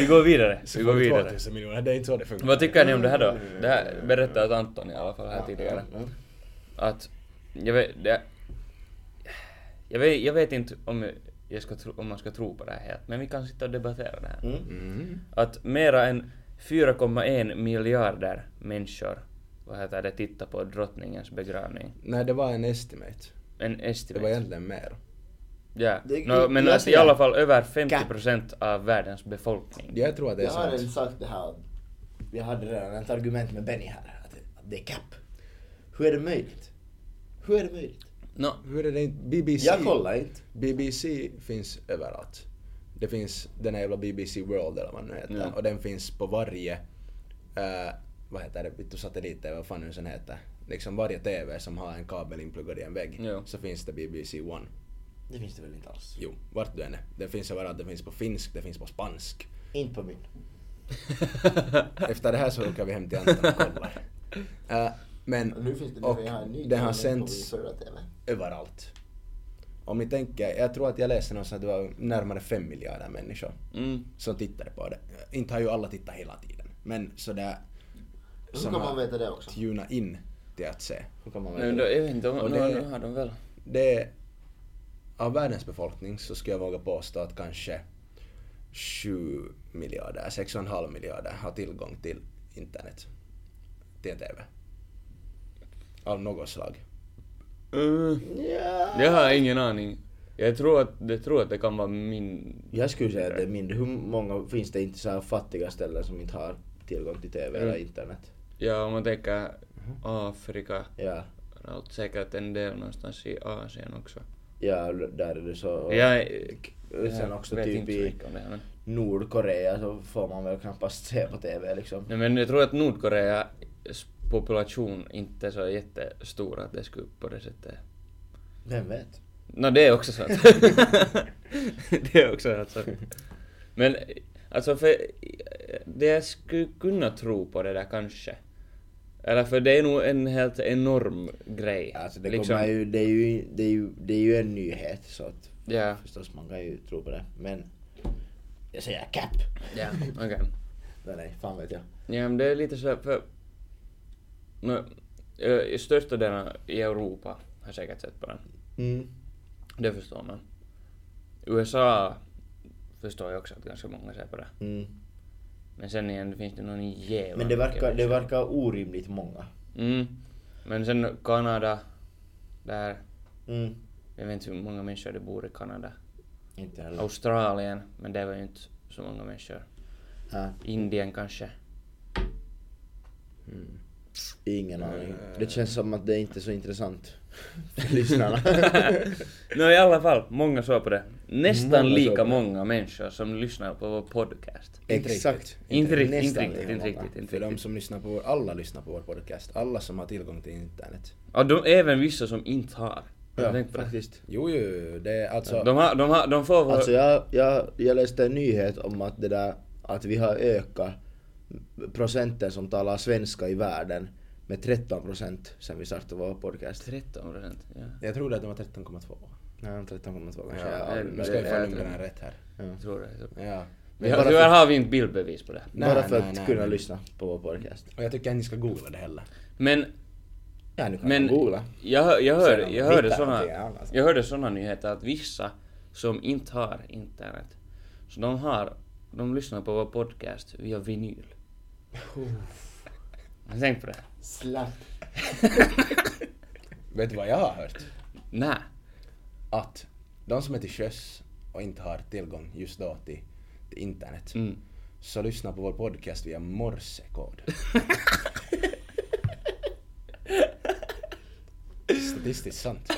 S2: Vi går vidare.
S1: Så
S2: Vi
S1: får
S2: går
S1: du
S2: vidare.
S1: 2000 miljoner. Det är inte så det funkar.
S2: Vad tycker ni om det här då? Det här berättade åt Anton i alla fall här tidigare.
S3: Ja.
S2: Att, jag vet, det, jag vet, jag vet inte om, jag ska tro, om man ska tro på det här helt, men vi kan sitta och debattera det här.
S3: (laughs) Mm.
S1: Mm.
S2: Att mera än 4,1 miljarder människor, vad heter det, tittar på drottningens begravning.
S1: Nej, det var en estimate.
S2: En
S1: Det var
S2: estimate.
S1: egentligen mer.
S2: Ja.
S3: Det-
S2: Nå, men
S3: jag
S2: att i
S3: ser-
S2: alla fall över
S3: Cap.
S2: 50% av världens befolkning.
S1: Jag tror att det är
S3: Jag har redan
S1: sant.
S3: sagt det här. Jag hade redan ett argument med Benny här. Att det, att det är cap. Hur är det möjligt? Hur är det möjligt? (laughs)
S2: Nå,
S1: Hur är det inte? BBC?
S3: Jag kollar inte.
S1: BBC finns överallt. Det finns den här jävla BBC World eller vad den nu heter.
S2: Ja.
S1: Och den finns på varje, eh, vad heter det, vittu satellit vad fan nu sen heter. Liksom varje TV som har en kabel inpluggad i en vägg
S2: Ja.
S1: så finns det BBC One.
S3: Det finns det väl inte alls?
S1: Jo, vart du än är. Den finns överallt. Den finns på finsk, den finns på
S2: (laughs)
S1: spansk.
S3: Inte på min.
S1: Efter det här så åker vi hem till Anton och
S2: (laughs)
S1: kollar. Eh, men, och den har sänts
S3: TV.
S1: överallt. Om ni tänker, jag tror att jag läste någonstans att det var närmare fem miljarder människor
S2: mm.
S1: som tittade på det. Inte har ju alla tittat hela tiden, men sådär... som har
S3: det också?
S1: Tuna in till att se.
S3: Hur kan man
S2: Nej,
S3: veta
S2: då,
S3: det?
S2: jag vet inte, om,
S1: Och
S2: nu,
S1: det-
S2: nu har de väl...
S1: Det är, av världens befolkning så skulle jag våga påstå att kanske 7 miljarder, 6,5 miljarder har tillgång till internet. Till TV. Av något slag.
S3: Ja.
S2: Jag Mm. har ingen aning. Jag tror att, jag tror att det kan vara min...
S3: Jag skulle säga att det är mindre. Hur många finns det inte så här fattiga ställen som inte har tillgång till TV eller
S2: Mm.
S3: internet?
S2: Ja, om man tänker Afrika,
S3: Ja,
S2: allt säkert en del någonstans i Asien också.
S3: ja där är det så.
S2: Jag,
S3: sen
S2: jag
S3: också
S2: vet
S3: typ
S2: inte
S3: i-
S2: så mycket om det här, men...
S3: Nordkorea så får man väl knappast se på TV liksom.
S2: Nej, men jag tror att Nordkoreas population inte är så jättestor att det skulle på det sättet...
S3: Vem vet?
S2: Nå, det är också sant.
S3: (laughs)
S2: det är också sant. sorry. Men alltså, för det jag skulle kunna tro på det där kanske. Eller för det är nog en helt enorm grej. Liksom-
S3: Alltså det, kommer ju, det, är ju, det, är ju, det är ju en nyhet så att
S2: Ja,
S3: förstås man kan ju tro på det. Men jag säger cap!
S2: ja, okej.
S3: Nej, nej, fan vet jag.
S2: Ja, men det är lite så för... Nå, eh, största delen i Europa har säkert sett på den.
S3: Mm.
S2: Det förstår man. USA förstår jag också att ganska många ser på det.
S3: Mm.
S2: Men sen igen, finns det någon jävla
S3: Men det
S2: mycket
S3: verkar, det
S2: människor.
S3: verkar orimligt många.
S2: Mm. Men sen Kanada, där.
S3: Mm.
S2: Jag vet inte hur många människor det bor i Kanada.
S3: Inte heller.
S2: Australien, men det var ju inte så många människor.
S3: Nej,
S2: Indien kanske.
S3: ingen
S2: Eh,
S3: aning. Det känns som att det inte är
S2: (laughs)
S3: så intressant för lyssnarna.
S2: Nå i alla fall, många såg på det. Nästan
S3: Många såg på
S2: lika
S3: det.
S2: många människor som lyssnar på vår podcast.
S1: Inte
S3: Exakt.
S1: riktigt.
S2: Inte riktigt, inte
S3: nästan
S2: riktigt,
S3: lika
S2: inte
S3: många.
S2: riktigt. Inte
S1: För de
S2: riktigt.
S1: som lyssnar på vår, alla lyssnar på vår podcast. Alla som har tillgång till internet.
S2: Ja, de, även vissa som inte har. Har du
S3: Ja,
S2: tänkt på det?
S3: faktiskt.
S1: Jo, jo, det är alltså...
S2: De, har, de, har, de får vår...
S3: Alltså jag, jag, jag läste en nyhet om att det där, att vi har ökat procenten som talar svenska i världen med 13 procent sen vi startade vår podcast.
S2: 13 procent. Ja.
S1: Jag tror att de var 13,2.
S3: Nej, 13,2 kanske.
S1: Ja,
S3: Ja,
S2: det-
S1: nu ska jag få
S2: det-
S1: numren rätt här.
S2: Jag tror det.
S1: Ja.
S2: Vi
S1: Men
S2: har,
S1: bara
S2: tyvärr
S1: för,
S2: har vi inte bildbevis på det.
S1: Nej,
S3: Bara för
S1: nej,
S3: att
S1: nej,
S3: kunna
S1: nej.
S3: lyssna på vår podcast.
S1: och jag tycker att ni ska googla det heller.
S2: Men
S3: Ja, nu kan
S2: Men
S3: man googla.
S2: jag, hör- jag, hör,
S3: Sen om
S2: jag,
S3: man
S2: hörde
S3: hittar
S2: såna,
S3: någonting annat.
S2: jag hörde såna nyheter att vissa som inte har internet, så de har, de lyssnar på vår podcast via vinyl. Har du tänkt på det?
S3: Slapp.
S1: Vet du vad jag har hört?
S2: Nä.
S1: Att de som är till sjöss och inte har tillgång just då till, till internet
S2: Mm.
S1: så lyssna på vår podcast via
S2: (laughs)
S1: morsekod. Statistiskt sant.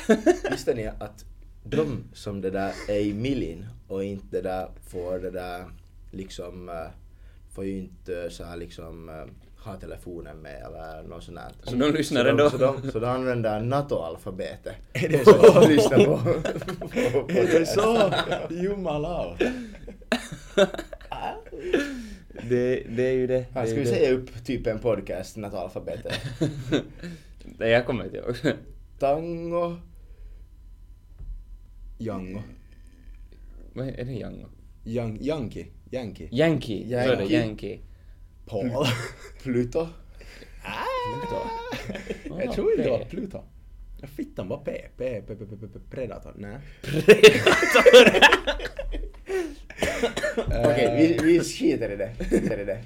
S3: Visste ni att de som det där är i millin och inte det där får det där liksom eh, får ju inte eh, så här liksom eh, ha telefonen med eller något sånt där.
S2: Så de lyssnar
S3: så
S2: ändå?
S3: Så de, så de
S2: (laughs)
S3: använder NATO-alfabetet.
S1: Är det
S3: så?
S1: så?
S3: De lyssnar på, på, på
S1: Jumala!
S2: Det, det är ju det.
S3: Här
S2: det är
S3: ska
S2: ju
S3: vi
S2: det.
S3: säga upp typ en podcast, NATO-alfabetet.
S2: (laughs) Nej, jag kommer inte ihåg. (laughs)
S3: Tango.
S1: Jango.
S2: Vad är är det Yango?
S1: Yang, Yankee. Yankee.
S2: Yankee. Så är det
S3: Yankee.
S2: Yankee.
S1: Paul.
S3: Pluto.
S2: Pluto.
S1: jag tror inte det var
S2: P.
S1: Pluto. Ja, Fittan var P. P, P, P, P, P, P Predator. Nej.
S3: Okej, vi, vi skiter i det. Skiter i det.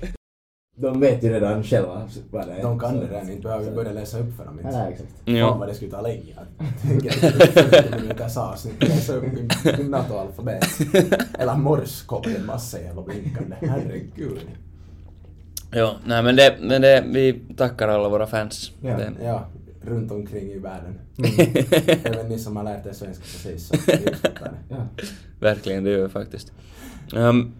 S3: De vet ju redan själva vad det är.
S1: De kan det redan, inte behöver vi börja läsa upp för dem. Inte.
S3: Nej, exakt.
S2: Ja.
S1: Fan vad det skulle ta länge att tänka att 40 minuters avsnitt och läsa upp min, min NATO-alfabet. Eller morskod, en massa jävla blinkande. Herregud.
S2: Ja, nej men det, men det, vi tackar alla våra fans.
S1: Ja,
S2: Det-
S1: ja, runt omkring i världen. (laughs) Även ni som har lärt er svenska precis. Så ni uppskattar det.
S3: Ja.
S2: Verkligen, det gör vi faktiskt. Um,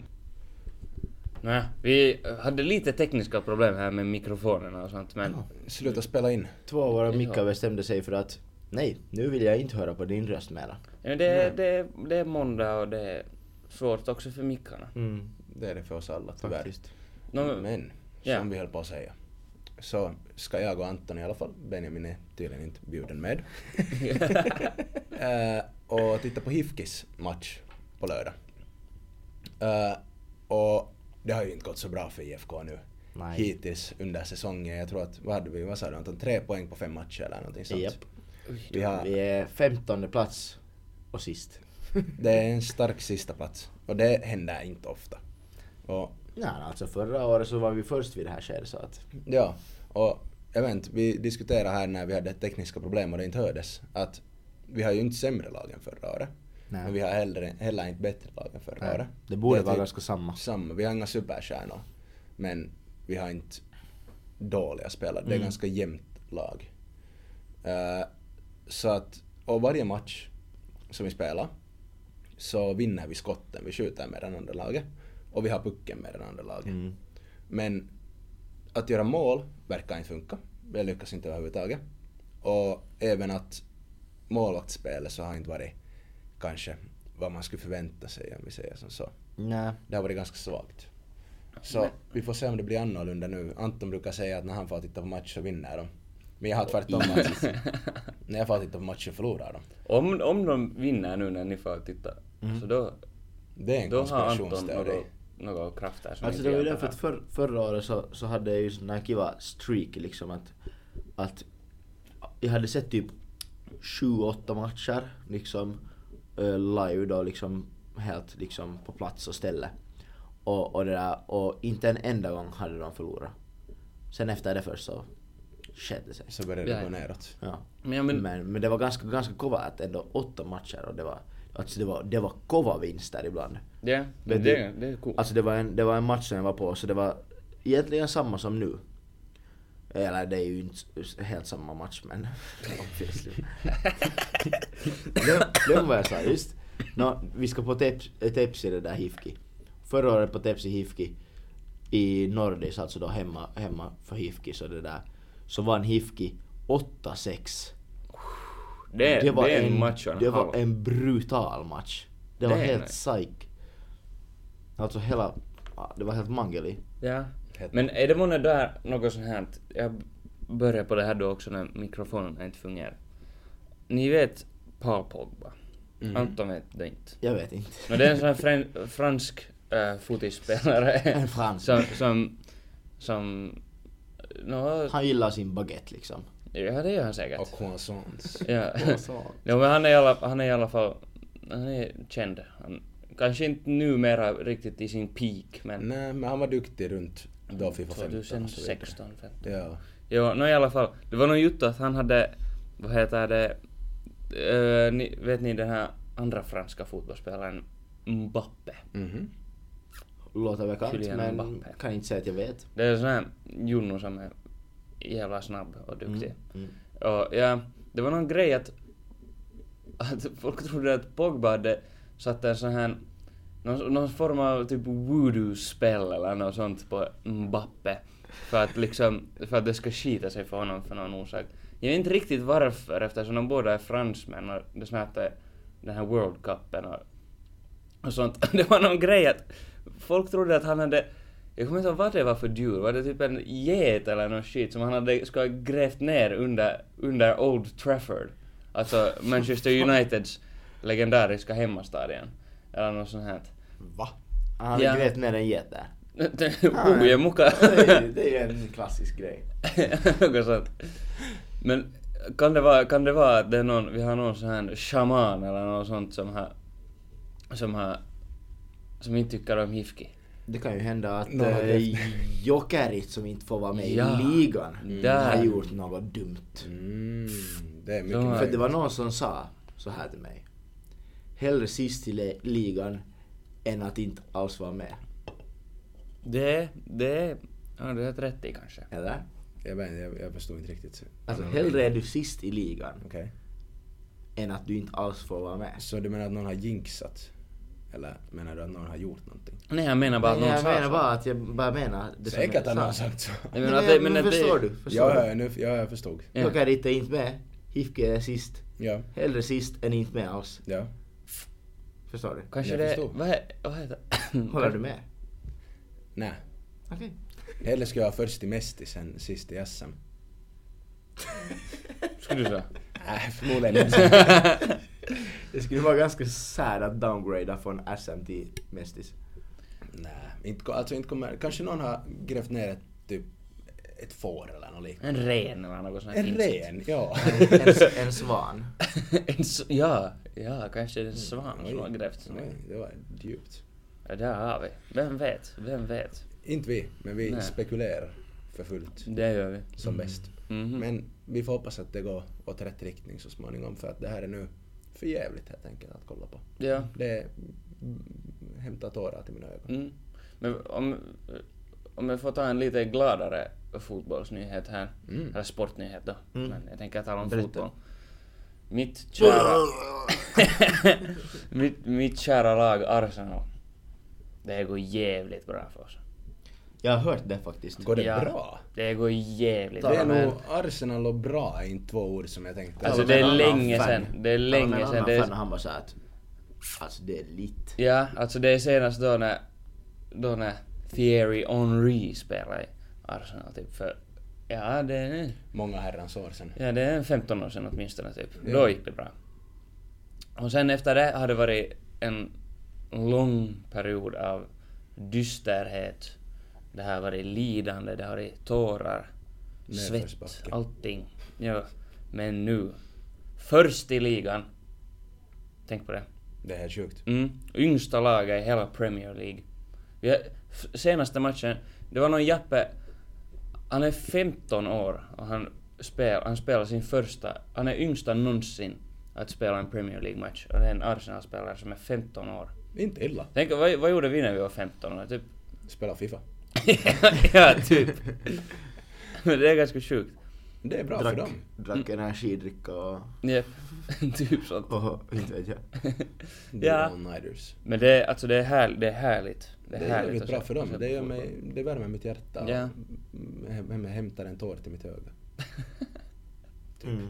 S2: nej, vi hade lite tekniska problem här med mikrofonerna och sånt men...
S1: Sluta spela in.
S3: Två av våra mickar bestämde sig för att nej, nu vill jag inte höra på din röst mera.
S2: Ja, det, det, det är måndag och det är svårt också för mickarna.
S1: Det är det för oss alla tyvärr.
S3: Mm, Faktiskt.
S2: No, men-
S1: Men, som
S2: Ja.
S1: vi höll på att säga. Så ska jag och Anton i alla fall, Benjamin är tydligen inte bjuden
S3: (laughs)
S1: med. Eh, och titta på Hifkis match på lördag. Eh, och det har ju inte gått så bra för IFK nu.
S3: Nej.
S1: Hittills under säsongen. Jag tror att, vad hade vi, vad sa du Anton, tre poäng på fem matcher eller någonting sånt.
S3: Japp.
S1: Vi har,
S3: Vi är femtonde plats och sist. (laughs)
S1: det är en stark sista plats och det händer inte ofta. Och
S3: Nej, alltså förra året så var vi först vid det här skedet så att...
S1: Ja, och jag vet inte, vi diskuterade här när vi hade tekniska problem och det inte hördes att vi har ju inte sämre lag än förra året.
S3: Nej.
S1: Men vi har heller, heller inte bättre lag än förra
S3: Nej,
S1: året.
S3: det borde
S1: är
S3: vara
S1: typ
S3: ganska samma.
S1: Samma, vi har inga superstjärnor. Men vi har inte dåliga spelare, det är ganska jämnt lag. Eh, så att, och varje match som vi spelar så vinner vi skotten, vi skjuter med den andra laget och vi har pucken med den andra laget. Men att göra mål verkar inte funka. Det lyckas inte överhuvudtaget. Och även att målvaktsspelet så har inte varit kanske vad man skulle förvänta sig om vi säger som så.
S3: Nej.
S1: Det har varit ganska svagt. Så vi får se om det blir annorlunda nu. Anton brukar säga att när han får titta på match så vinner de. Men jag har tvärtom att (laughs) när jag får titta på match så förlorar de.
S2: om, om de vinner nu när ni får titta, så då,
S1: Det är en
S2: då har Anton
S1: konspirationsteori.
S2: några, några krafter som
S3: Alltså
S2: inte
S3: det var ju
S2: jag
S3: därför
S2: har.
S3: att för, förra året så, så hade jag ju sån här kiva streak liksom att... Att jag hade sett typ 7-8 matcher liksom eh, live då liksom helt liksom på plats och ställe. Och, och det där, och inte en enda gång hade de förlorat. Sen efter det först så skedde det sig.
S1: Så börjar det
S2: Ja.
S1: gå neråt.
S3: Ja.
S2: Men jag men-
S3: men, men det var ganska, ganska kova att ändå åtta matcher och det var, alltså det var, det var kova vinster ibland.
S2: Ja, det,
S3: Vet
S2: det,
S3: du?
S2: det är coolt.
S3: Alltså det var, en, det var en match som jag var på, så det var egentligen samma som nu. Eller det är ju inte s- helt samma match men... (laughs) obviously. Glöm- Glöm vad jag sa, just. Nå, vi ska på Teps- eh, Tepsi, det där Hifki. Förra året på Tepsi Hifki i Nordis, alltså då hemma, hemma för Hifki, så det där. Så vann Hifki 8-6.
S2: det, det, var en, match och en
S3: Det
S2: halv.
S3: var en brutal match. Det,
S2: Det
S3: var
S2: är
S3: helt
S2: nice.
S3: psyk. Alltså hela... ja, Det var helt mangeli.
S2: Ja.
S1: Helt-
S2: Men är det månne där något sånt här, att jag börjar på det här då också när mikrofonerna inte fungerar. Ni vet Paul Pogba? Anton vet det inte.
S3: Jag vet inte.
S2: Men det är en sån här frän- fransk äh, fotispelare.
S3: En fransk.
S2: Som, som, som, nå,
S3: Han gillar sin baguette liksom.
S2: ja det gör han säkert.
S1: Och croissants.
S2: Ja.
S3: Croissant.
S2: (laughs) ja, men han är, i alla, han är i alla fall, han är känd. Han, kanske inte numera riktigt i sin peak men
S1: alltså, Nej, men han var duktig runt då Fifa 15 och så vidare.
S2: 2016, 15.
S1: Ja.
S2: Jo, no i alla fall. Det var nog juttu att han hade, vad heter det, eh, ni, vet ni den här andra franska fotbollsspelaren Mbappe?
S1: Mhm.
S3: Låter bekant
S2: Kylian
S3: men
S2: Mbappé.
S3: kan inte säga att jag vet.
S2: Det är en sån här Junno som är jävla snabb och duktig.
S3: Mm.
S2: Och ja, det var någon grej att, att folk trodde att Pogba hade satt en sån här, någon, någon form av typ voodoo-spel eller något sånt på Mbappe. För att liksom, för att det ska skita sig för honom för någon orsak. Jag vet inte riktigt varför eftersom de båda är fransmän och det snart är den här World Cupen och och sånt. (laughs) Det var någon grej att folk trodde att han hade, jag kommer inte ihåg vad det var för djur, var det typ en get eller någon skit som han hade ska ha grävt ner under, under Old Trafford? (laughs) Alltså Manchester Uniteds legendariska hemmastadion. Eller något sånt här. (laughs)
S3: Va? Han
S2: Ja.
S3: ja. grät ner en get där.
S2: Oh, jag (laughs) muka.
S3: (laughs) det, är, det är ju en klassisk grej.
S2: Något sånt. Men kan det, vara, kan det vara att det är någon, vi har någon sån här shaman eller något sånt som har, som har, som inte tycker om hifki?
S3: Det kan ju hända att
S1: Någon
S3: no,
S1: har grävt
S3: Jokerit som inte får vara med
S2: Ja,
S3: i ligan
S2: där.
S3: har gjort något dumt.
S1: Mm, det är mycket
S2: De har-
S1: möjligt.
S3: För det var någon som sa så här till mig. Hellre sist i le- ligan än att inte alls vara med.
S2: Det, det, ja du har rätt i kanske.
S3: Eller?
S1: Jag, vet, inte, jag, jag förstod inte riktigt.
S3: Alltså
S1: Mm.
S3: hellre är du sist i ligan
S1: Okej.
S3: än att du inte alls får vara med.
S1: Så du menar att någon har jinxat? Eller menar du att någon har gjort någonting?
S2: Nej jag menar bara att
S3: Nej,
S2: någon
S3: jag
S2: sa
S3: menar
S2: så.
S3: bara att jag bara menar det
S1: Säkert att
S3: som
S1: någon har
S3: jag sa.
S1: sagt så.
S2: Jag
S1: (laughs)
S3: Nej,
S2: menar att
S3: men,
S2: det-
S3: men,
S2: men att det-
S3: förstår du? Förstår
S1: Ja,
S3: du?
S1: ja, nu, ja, jag förstod.
S2: Ja.
S3: Jokerit är inte med. Hifke är sist.
S1: Ja,
S3: Hellre sist än inte med alls.
S1: ja.
S3: Förstår du?
S2: Kanske
S1: Jag
S2: det,
S1: förstår.
S2: vad, he- vad heter
S1: (coughs)
S3: Håller du med?
S1: Nej.
S3: Okej.
S1: Hellre ska jag vara först i Mesti sen sist i SM.
S2: Skulle du säga?
S1: Nej, förmodligen inte.
S3: (laughs) Det skulle vara ganska sad att downgrada från SM till Mestis.
S1: Nej, inte, ko- alltså inte kommer... Kanske någon har grävt ner ett, typ, ett får eller något liknande.
S2: En ren eller något sånt. här
S1: En
S2: insekt.
S1: ren, ja.
S3: En, en svan.
S2: (laughs) en s- ja, ja, kanske det är en svan
S1: Mm. Oj,
S2: som har grävt.
S1: oj, det var djupt.
S2: Ja, där har vi. Vem vet, vem vet.
S1: Inte vi, men vi
S2: Nej.
S1: spekulerar för fullt.
S2: Det gör vi.
S1: Som bäst.
S2: Mhm.
S1: Men vi får hoppas att det går åt rätt riktning så småningom för att det här är nu för jävligt helt enkelt att kolla på.
S2: Ja.
S1: Det hämtar tårar till mina ögon.
S2: Mm. Men om, om jag får ta en lite gladare fotbollsnyhet här,
S1: Mm.
S2: eller sportnyhet då,
S3: Mm.
S2: men jag tänker tala om
S3: Berätta.
S2: fotboll. Mitt kära,
S1: (laughs)
S2: (laughs) mitt, mitt kära lag Arsenal, det går jävligt bra för oss.
S3: Jag har hört det faktiskt.
S1: Går det
S2: Ja,
S1: bra?
S2: Det går jävligt
S1: Det
S2: bra.
S1: är
S3: men-
S1: nog Arsenal och bra är inte två ord som jag tänkte.
S2: Alltså,
S1: Ja,
S2: det är
S3: Tala med en annan
S2: länge
S3: fan.
S2: sen, det är
S3: Tala med
S2: länge
S3: en
S2: sen,
S3: annan
S2: det är-
S3: fan och han bara såhär att... Alltså det är lite...
S2: Ja, alltså det är senast då när, då när Thierry Henry spelade i Arsenal typ för, ja det är
S1: Många herrans år sedan.
S2: Ja, det är en 15 år sedan åtminstone typ.
S1: Ja.
S2: Då gick det bra. Och sen efter det har det varit en lång period av dysterhet. Det har varit lidande, det har varit tårar, svett,
S1: Nedförsbacke.
S2: allting. Ja. Men nu, först i ligan. Tänk på det.
S1: Det är helt sjukt.
S2: Mm. Yngsta laget i hela Premier League. Vi har, f- senaste matchen, det var någon jappe, han är 15 år och han, spel, han spelar sin första, han är yngsta någonsin att spela en Premier League-match. Och det är en Arsenal-spelare som är 15 år.
S1: Inte illa.
S2: Tänk, vad, vad gjorde vi när vi var 15 år? Typ... (laughs)
S1: Spela Fifa.
S2: ja, typ. (laughs) Men det är ganska sjukt.
S1: Det är bra för
S3: drack,
S1: dem.
S3: drack energidryck och...
S2: Japp, (laughs) typ sånt.
S3: och... Inte vet jag.
S1: The
S2: Ja.
S1: All-Nighters.
S2: Men det är, alltså det är, här, det är härligt.
S1: Det
S2: Det
S1: är
S2: är, härligt
S1: jävligt
S2: att
S1: bra
S2: se-
S1: för
S2: att se
S1: dem.
S2: på
S1: Det, gör
S2: fotboll.
S1: mig, det värmer mitt hjärta och
S2: Ja.
S1: yeah. hämtar en tår till mitt öga.
S3: Mm.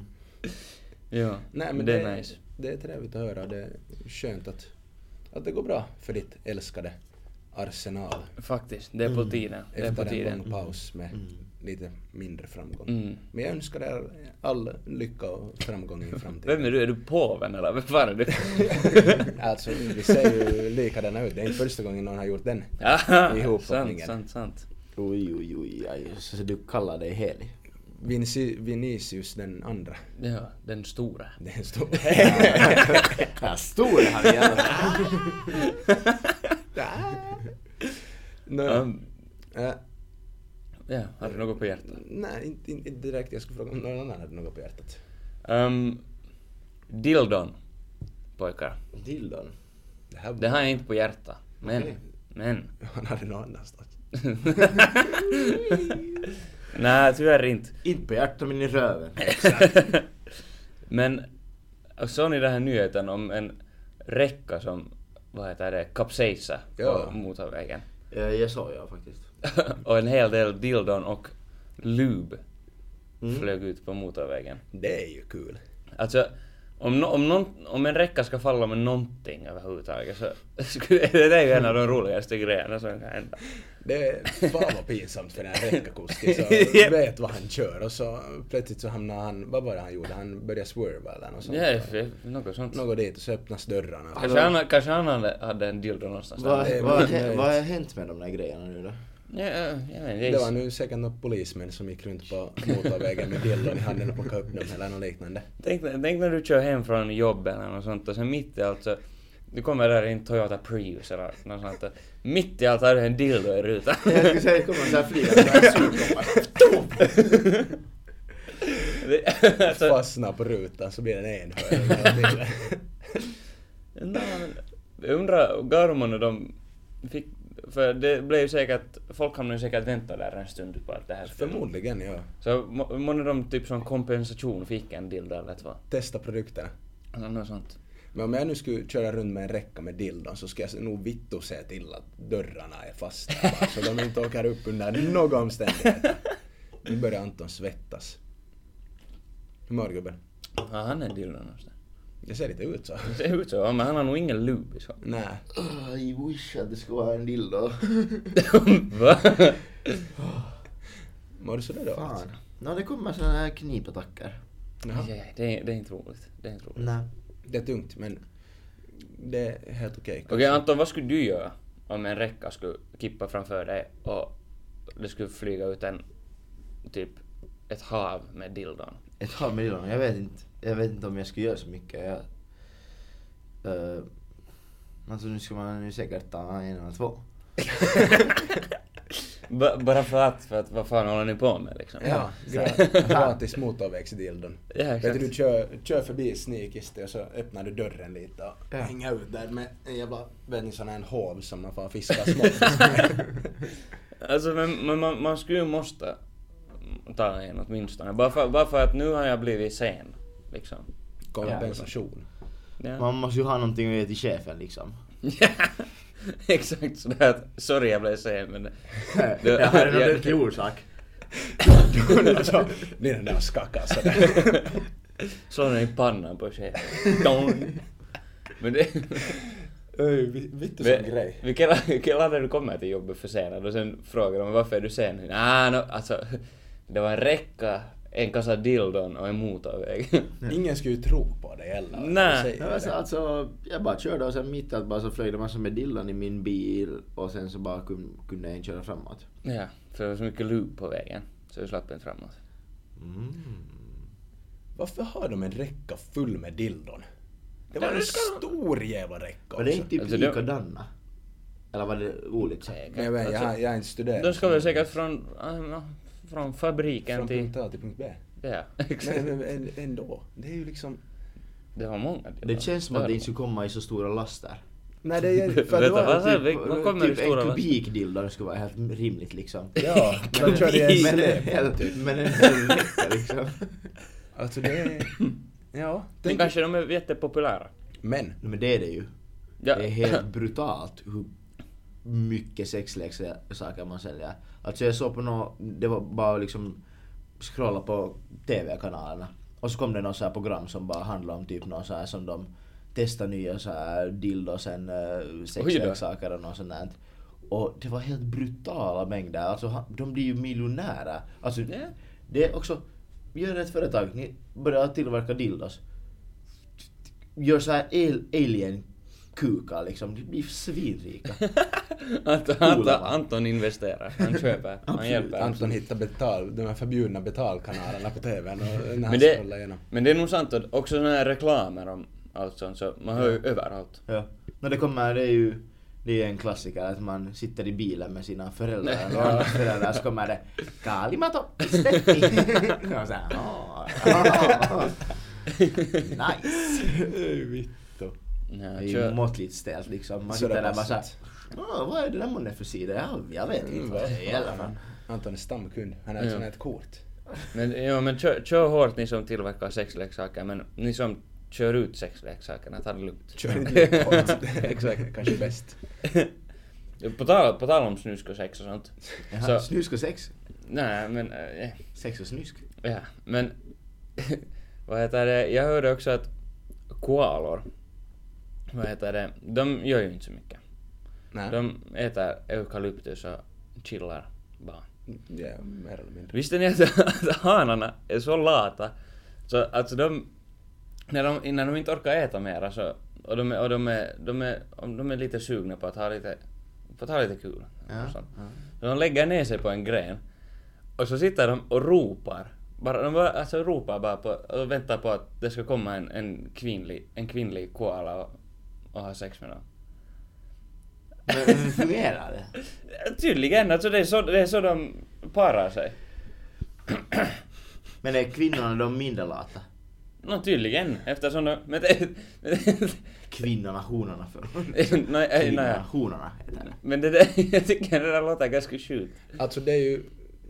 S2: Ja,
S1: Nej, men
S2: det
S1: det,
S2: är nice.
S1: det är trevligt att höra. Det är skönt att, att det går bra för ditt älskade Arsenal.
S2: Faktiskt, det är på tiden. Det är på
S1: Efter en
S2: tiden.
S1: lång paus med lite mindre framgång.
S2: Mm.
S1: Men jag önskar er all lycka och
S2: (laughs)
S1: framgång i framtiden.
S2: Vem är du? Är du påven eller vem fan är du?
S1: alltså, vi ser ju likadana ut. Det är inte första gången någon har gjort den.
S2: Aha, sant,
S1: Ihophoppningen.
S2: sant, sant.
S3: Oj, oj, oj, aj. Så så du kallar dig helig?
S1: Vinci, Vinicius den andra.
S2: Ja, den stora.
S1: Det är en stor...
S3: Ja, stor han är i alla fall.
S1: Nå,
S2: Um,
S1: äh,
S2: Ja, har du något på hjärtat?
S1: Nej, inte, inte inte direkt. Jag skulle fråga om någon annan hade något på hjärtat.
S2: Um, dildon, pojkar.
S3: Dildon?
S1: Det här
S2: Det har jag inte på hjärtat. Men,
S3: Okej.
S2: men. (laughs)
S1: (laughs) Han hade någon annanstans.
S2: Nej, tyvärr inte.
S3: (laughs)
S2: (laughs)
S3: Inte på hjärtat men i röven.
S2: Men såg ni den här nyheten om en räcka som, vad heter det, kapsejsade
S1: Ja.
S2: på motorvägen?
S3: Eh, Jag såg jag faktiskt.
S2: (laughs) och en hel del dildon och lube
S3: Mm.
S2: flög ut på motorvägen.
S1: Det är ju kul.
S2: Alltså, om, no, om, någon, om en räcka ska falla med någonting överhuvudtaget så (laughs) skulle, det är ju en av de roligaste grejerna som kan hända.
S1: Det är fan vad pinsamt för den här räckakusken så
S2: Japp.
S1: vet vad han kör och så plötsligt så hamnar han, vad var det han gjorde? Han började swerva eller något sånt.
S2: Ja, något Alltså- sånt.
S1: Något dit och så öppnas dörrarna.
S2: Kanske han, kanske han hade, hade en dildo någonstans.
S3: Vad
S1: det är
S3: vad
S1: möjligt.
S3: hä- vad har hänt med de där grejerna nu då?
S2: Ja, ja, jag vet,
S1: Det var
S2: inte.
S1: nu säkert några polismän som gick runt på motorvägen med dildon i handen och plockade upp dem eller något liknande.
S2: tänk, tänk när du kör hem från jobbet eller något sånt och sen mitt i allt så... Du kommer där i en Toyota Prius eller något sånt och mitt i allt har du en dildo i rutan.
S3: Jag skulle säga det kommer såhär flygande såhär
S2: (laughs) Det- alltså,
S1: Fastnar på rutan så blir den enhörning av bilen.
S2: no, jag undrar, Garmon och de fick... För det blev ju säkert... Folk hamnade ju säkert vänta där en stund på att (laughs) det här skulle...
S1: Förmodligen ja.
S2: Så må- månne de typ som kompensation fick en dildo eller två.
S1: Testa produkterna.
S2: Eller Alltså, något sånt.
S1: Men om jag nu skulle köra runt med en räcka med dildon så ska jag nog vittu se till att dörrarna är fasta bara, så de inte åker upp under några omständigheter. Nu börjar Anton svettas. Hur mår gubben?
S2: Har han en dildo någonstans?
S1: Jag ser lite ut så.
S2: Det ser ut så, ja, men han har nog ingen lube i så.
S1: Nej.
S3: Ah, I wish att det skulle vara en (laughs) dildo.
S2: (laughs) Va?
S1: Mår du sådär dåligt?
S3: Fan. Nå det kommer såna här knipattacker.
S1: Jaha.
S2: Ja, det, är, det är inte roligt. Det är inte roligt.
S3: Nej.
S1: Det är tungt men det är helt okej.
S2: Okej Anton, vad skulle du göra om en räcka skulle kippa framför dig och det skulle flyga ut en typ ett hav med dildon?
S3: Ett halv miljon, jag vet inte. Jag vet inte om jag skulle göra så mycket. Jag, Eh, alltså nu ska man ju säkert ta en eller två.
S2: B- bara för att, för att vad fan håller ni på med liksom?
S1: Ja, gra- gratis motorvägsdildon.
S2: Ja,
S1: Vet du,
S2: exakt.
S1: du kör, kör förbi sneakiste och så öppnar du dörren lite och
S3: Ja.
S1: hänger ut där med en jävla, vet ni, sån här en håv som man får fiska småfisk med.
S2: Alltså men, men man, man skulle ju måste ta en åtminstone. Bara för, bara för att nu har jag blivit sen. Liksom.
S1: Kompensation.
S2: Ja.
S3: Man måste ju ha någonting att ge till chefen (laughs) liksom.
S2: (laughs) exakt sådär att sorry jag blev sen men... (laughs)
S3: Det här är en ordentlig orsak.
S1: och (laughs) så blir den där och skakar sådär.
S2: Slår den i pannan på chefen. Dong. Men det...
S1: Öj, vi- vittu sån
S2: Vi,
S1: grej.
S2: vi kallar, vi kallar när du kommer till jobbet försenad och sen frågar de varför är du sen? Nej, no, alltså det var en räcka, en kassa dildon och en motorväg.
S1: Ingen skulle ju tro på dig heller.
S2: Nej.
S1: Säger
S3: Jag, var så,
S1: det.
S3: alltså, jag bara körde och sen mitt i allt bara så flög det massor med dillan i min bil och sen så bara kun, kunde jag inte köra framåt.
S2: ja, för det var så mycket lub på vägen så vi slapp inte framåt.
S1: Varför har de en räcka full med dildon? Det var en stor jävla räcka
S3: Var det
S1: också.
S3: inte typ
S2: Alltså, det-
S3: likadana? Eller var det olika?
S1: Men jag, vet, jag, har- jag har inte studerat.
S2: De alltså, ska väl säkert från, ah, ja, från fabriken
S1: Från
S2: till...
S1: punkt A till punkt typ B.
S2: Ja, (laughs) exakt.
S1: Men, (laughs) men men ändå. Det är ju liksom...
S2: Det var många dildon.
S3: Det känns som att det
S2: var-
S3: inte skulle komma i så stora laster.
S1: Nej, det är... För
S2: Vänta,
S1: det var
S2: vad
S1: ju
S2: sa
S1: typ...
S2: vi? Vad kommer i
S3: typ
S2: stora
S3: en
S2: laster?
S3: kubikdildo skulle vara helt rimligt liksom.
S1: Ja, men de körde ju en
S3: (laughs) Men en
S1: släp.
S3: hel, men en hel vecka liksom.
S1: Alltså det är... Ja.
S2: Men kanske de är jättepopulära.
S1: Men.
S3: Men det är det ju.
S2: Ja.
S3: Det
S2: (laughs)
S3: är helt brutalt hur mycket sexleksaker man säljer. Alltså jag såg på nå, det var bara liksom scrolla på TV-kanalerna. Och så kom det något så här program som bara handlade om typ något så här som de testar nya så här dildosen, eh, sexleksaker och något sånt där. Och det var helt brutala mängder. Alltså han- de blir ju miljonärer. Alltså
S2: Ja.
S3: det är också, gör ett företag, ni börjar tillverka dildos gör såhär al- alien-kukar liksom. De blir svinrika.
S2: Anton, Anton, Anton investerar, han köper, han
S3: Absolut.
S2: hjälper.
S1: Anton hittar betal, de här förbjudna betalkanalerna på TVn och när han
S2: Men det,
S1: scrollar igenom.
S2: men det är nog sant att också såna här reklamer om allt sånt så man hör ju överallt.
S3: ja. När det kommer, det är ju Det är en klassiker att man sitter i bilen med sina föräldrar och andra föräldrar så kommer det Kalimato Steppi. Och så här, "Ah, (laughs) ah, ah." Nice.
S1: Vittu.
S3: Det är
S2: Nej,
S3: ju
S2: kör.
S3: måttligt stelt liksom. Man
S1: Så det
S3: sitter där bara
S1: passar.
S3: såhär. "Ah, Vad är det där månne för sida? Ja, jag vet inte vad det är i alla
S2: Mm.
S3: fall.
S1: Anton är stamkund. Han har ett
S2: Ja.
S1: sånt här kort.
S2: Men, ja, men kör, kör hårt ni som tillverkar sexleksaker, men ni som kör ut sexleksakerna, ta det lugnt.
S1: Kör inte lika hårt. Exakt. Kanske bäst.
S2: På tal, på tal om snusk och sex och sånt.
S3: Jaha,
S2: Så-
S3: Snusk och sex.
S2: Nej, men... eh,
S3: Sex och snusk.
S2: Ja, men... (laughs) vad heter det? Jag hörde också att koalor, vad heter det, de gör ju inte så mycket.
S1: Nej.
S2: De äter eukalyptus och chillar bara.
S1: Ja, mer eller mindre.
S2: Visste ni att, (laughs) att hanarna är så lata? Så alltså de... När de, innan de inte orkar äta mera så... Och de, är- och de, är, de, är, om de är lite sugna på att ha lite, på att ha lite kul.
S3: Ja,
S2: och sånt.
S3: ja.
S2: Så de lägger ner sig på en gren. Och så sitter de och ropar. Bara, de bara, alltså ropar bara på, och väntar på att det ska komma en, en, kvinnlig, en kvinnlig koala och, och ha sex med dem.
S3: Men hur fungerar det?
S2: Tydligen, alltså det är så, det är så de parar sig.
S3: Men är kvinnorna de mindre lata?
S2: Nå tydligen, No eftersom de... Men (laughs) det... Men
S3: Kvinnorna, honorna för.
S2: det (laughs) nej, nej, nej.
S3: Kvinnorna, honorna heter det.
S2: Men det där, jag tycker det där låter ganska sjukt.
S1: Alltså det är ju...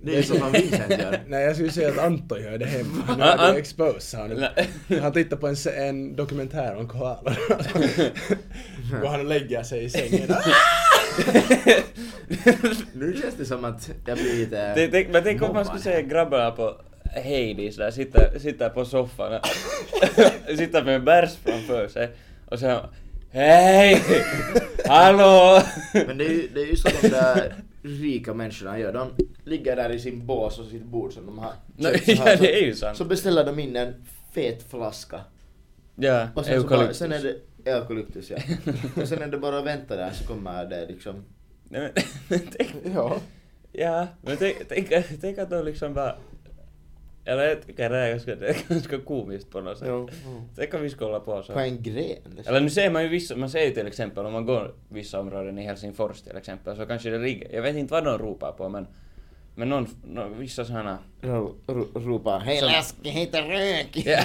S3: Det är ju så som
S2: (laughs)
S3: Vincent gör.
S1: (laughs) Nej, jag skulle säga att Anton gör det hemma. Nu har
S2: Ant-
S1: du exposed han.
S2: Nej.
S1: Han tittar på en, se- en dokumentär om
S3: (laughs)
S1: koalor. Går han och lägger sig i sängen.
S3: Nu känns det som att jag blir lite...
S2: Det, det, men tänk om man
S3: mobbad
S2: skulle
S3: här.
S2: säga grabbarna på Hades där, sitter, sitter på (laughs) soffan och sitter med en bärs framför sig och sen Hej! Hallå!
S3: Men det är, ju, det är ju så de där rika människorna gör. De ligger där i sin bås och sitt bord som de har
S2: Nej,
S3: köpt så här.
S2: (laughs) ja, det är ju sant.
S3: Så beställer de in en fet flaska.
S2: Ja,
S3: Och sen, så bara,
S2: eukalyptus. (laughs)
S3: sen är det eukalyptus ja. Och sen är det bara att vänta där så kommer det liksom.
S2: Nej, men, men tänk,
S1: ja.
S2: ja, men tänk, tänk, tänk att de liksom bara... Eller jag tycker det är ganska, det är ganska komiskt på något sätt. Tänk om vi skulle hålla på så.
S3: På en gren. liksom.
S2: Eller nu ser man ju vissa, man ser ju till exempel om man går vissa områden i Helsingfors till exempel så kanske det ligger, jag vet inte vad de ropar på men, men någon, någon vissa sådana,
S3: Ro- ro- ropar hej
S2: Som-
S3: läsk, hit och rök!
S2: (laughs) ja,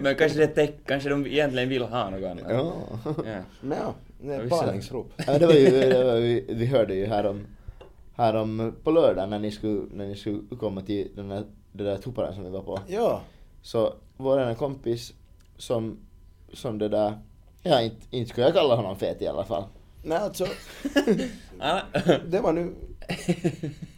S2: men kanske det täck, kanske de egentligen vill ha något annat.
S3: (laughs) Ja.
S2: Ja.
S1: Ja, det
S2: Jag
S1: är ett
S2: visste det.
S1: parningsrop.
S3: Ja, men det var ju, det var, vi, vi hörde ju härom, härom på lördag när ni skulle, när ni skulle komma till den där, den där tupparen som vi var på.
S1: Ja.
S3: Så var det en kompis som, som det där, ja inte, inte skulle jag kalla honom fet i alla fall.
S1: Nej alltså,
S2: Alla-
S1: det var nu...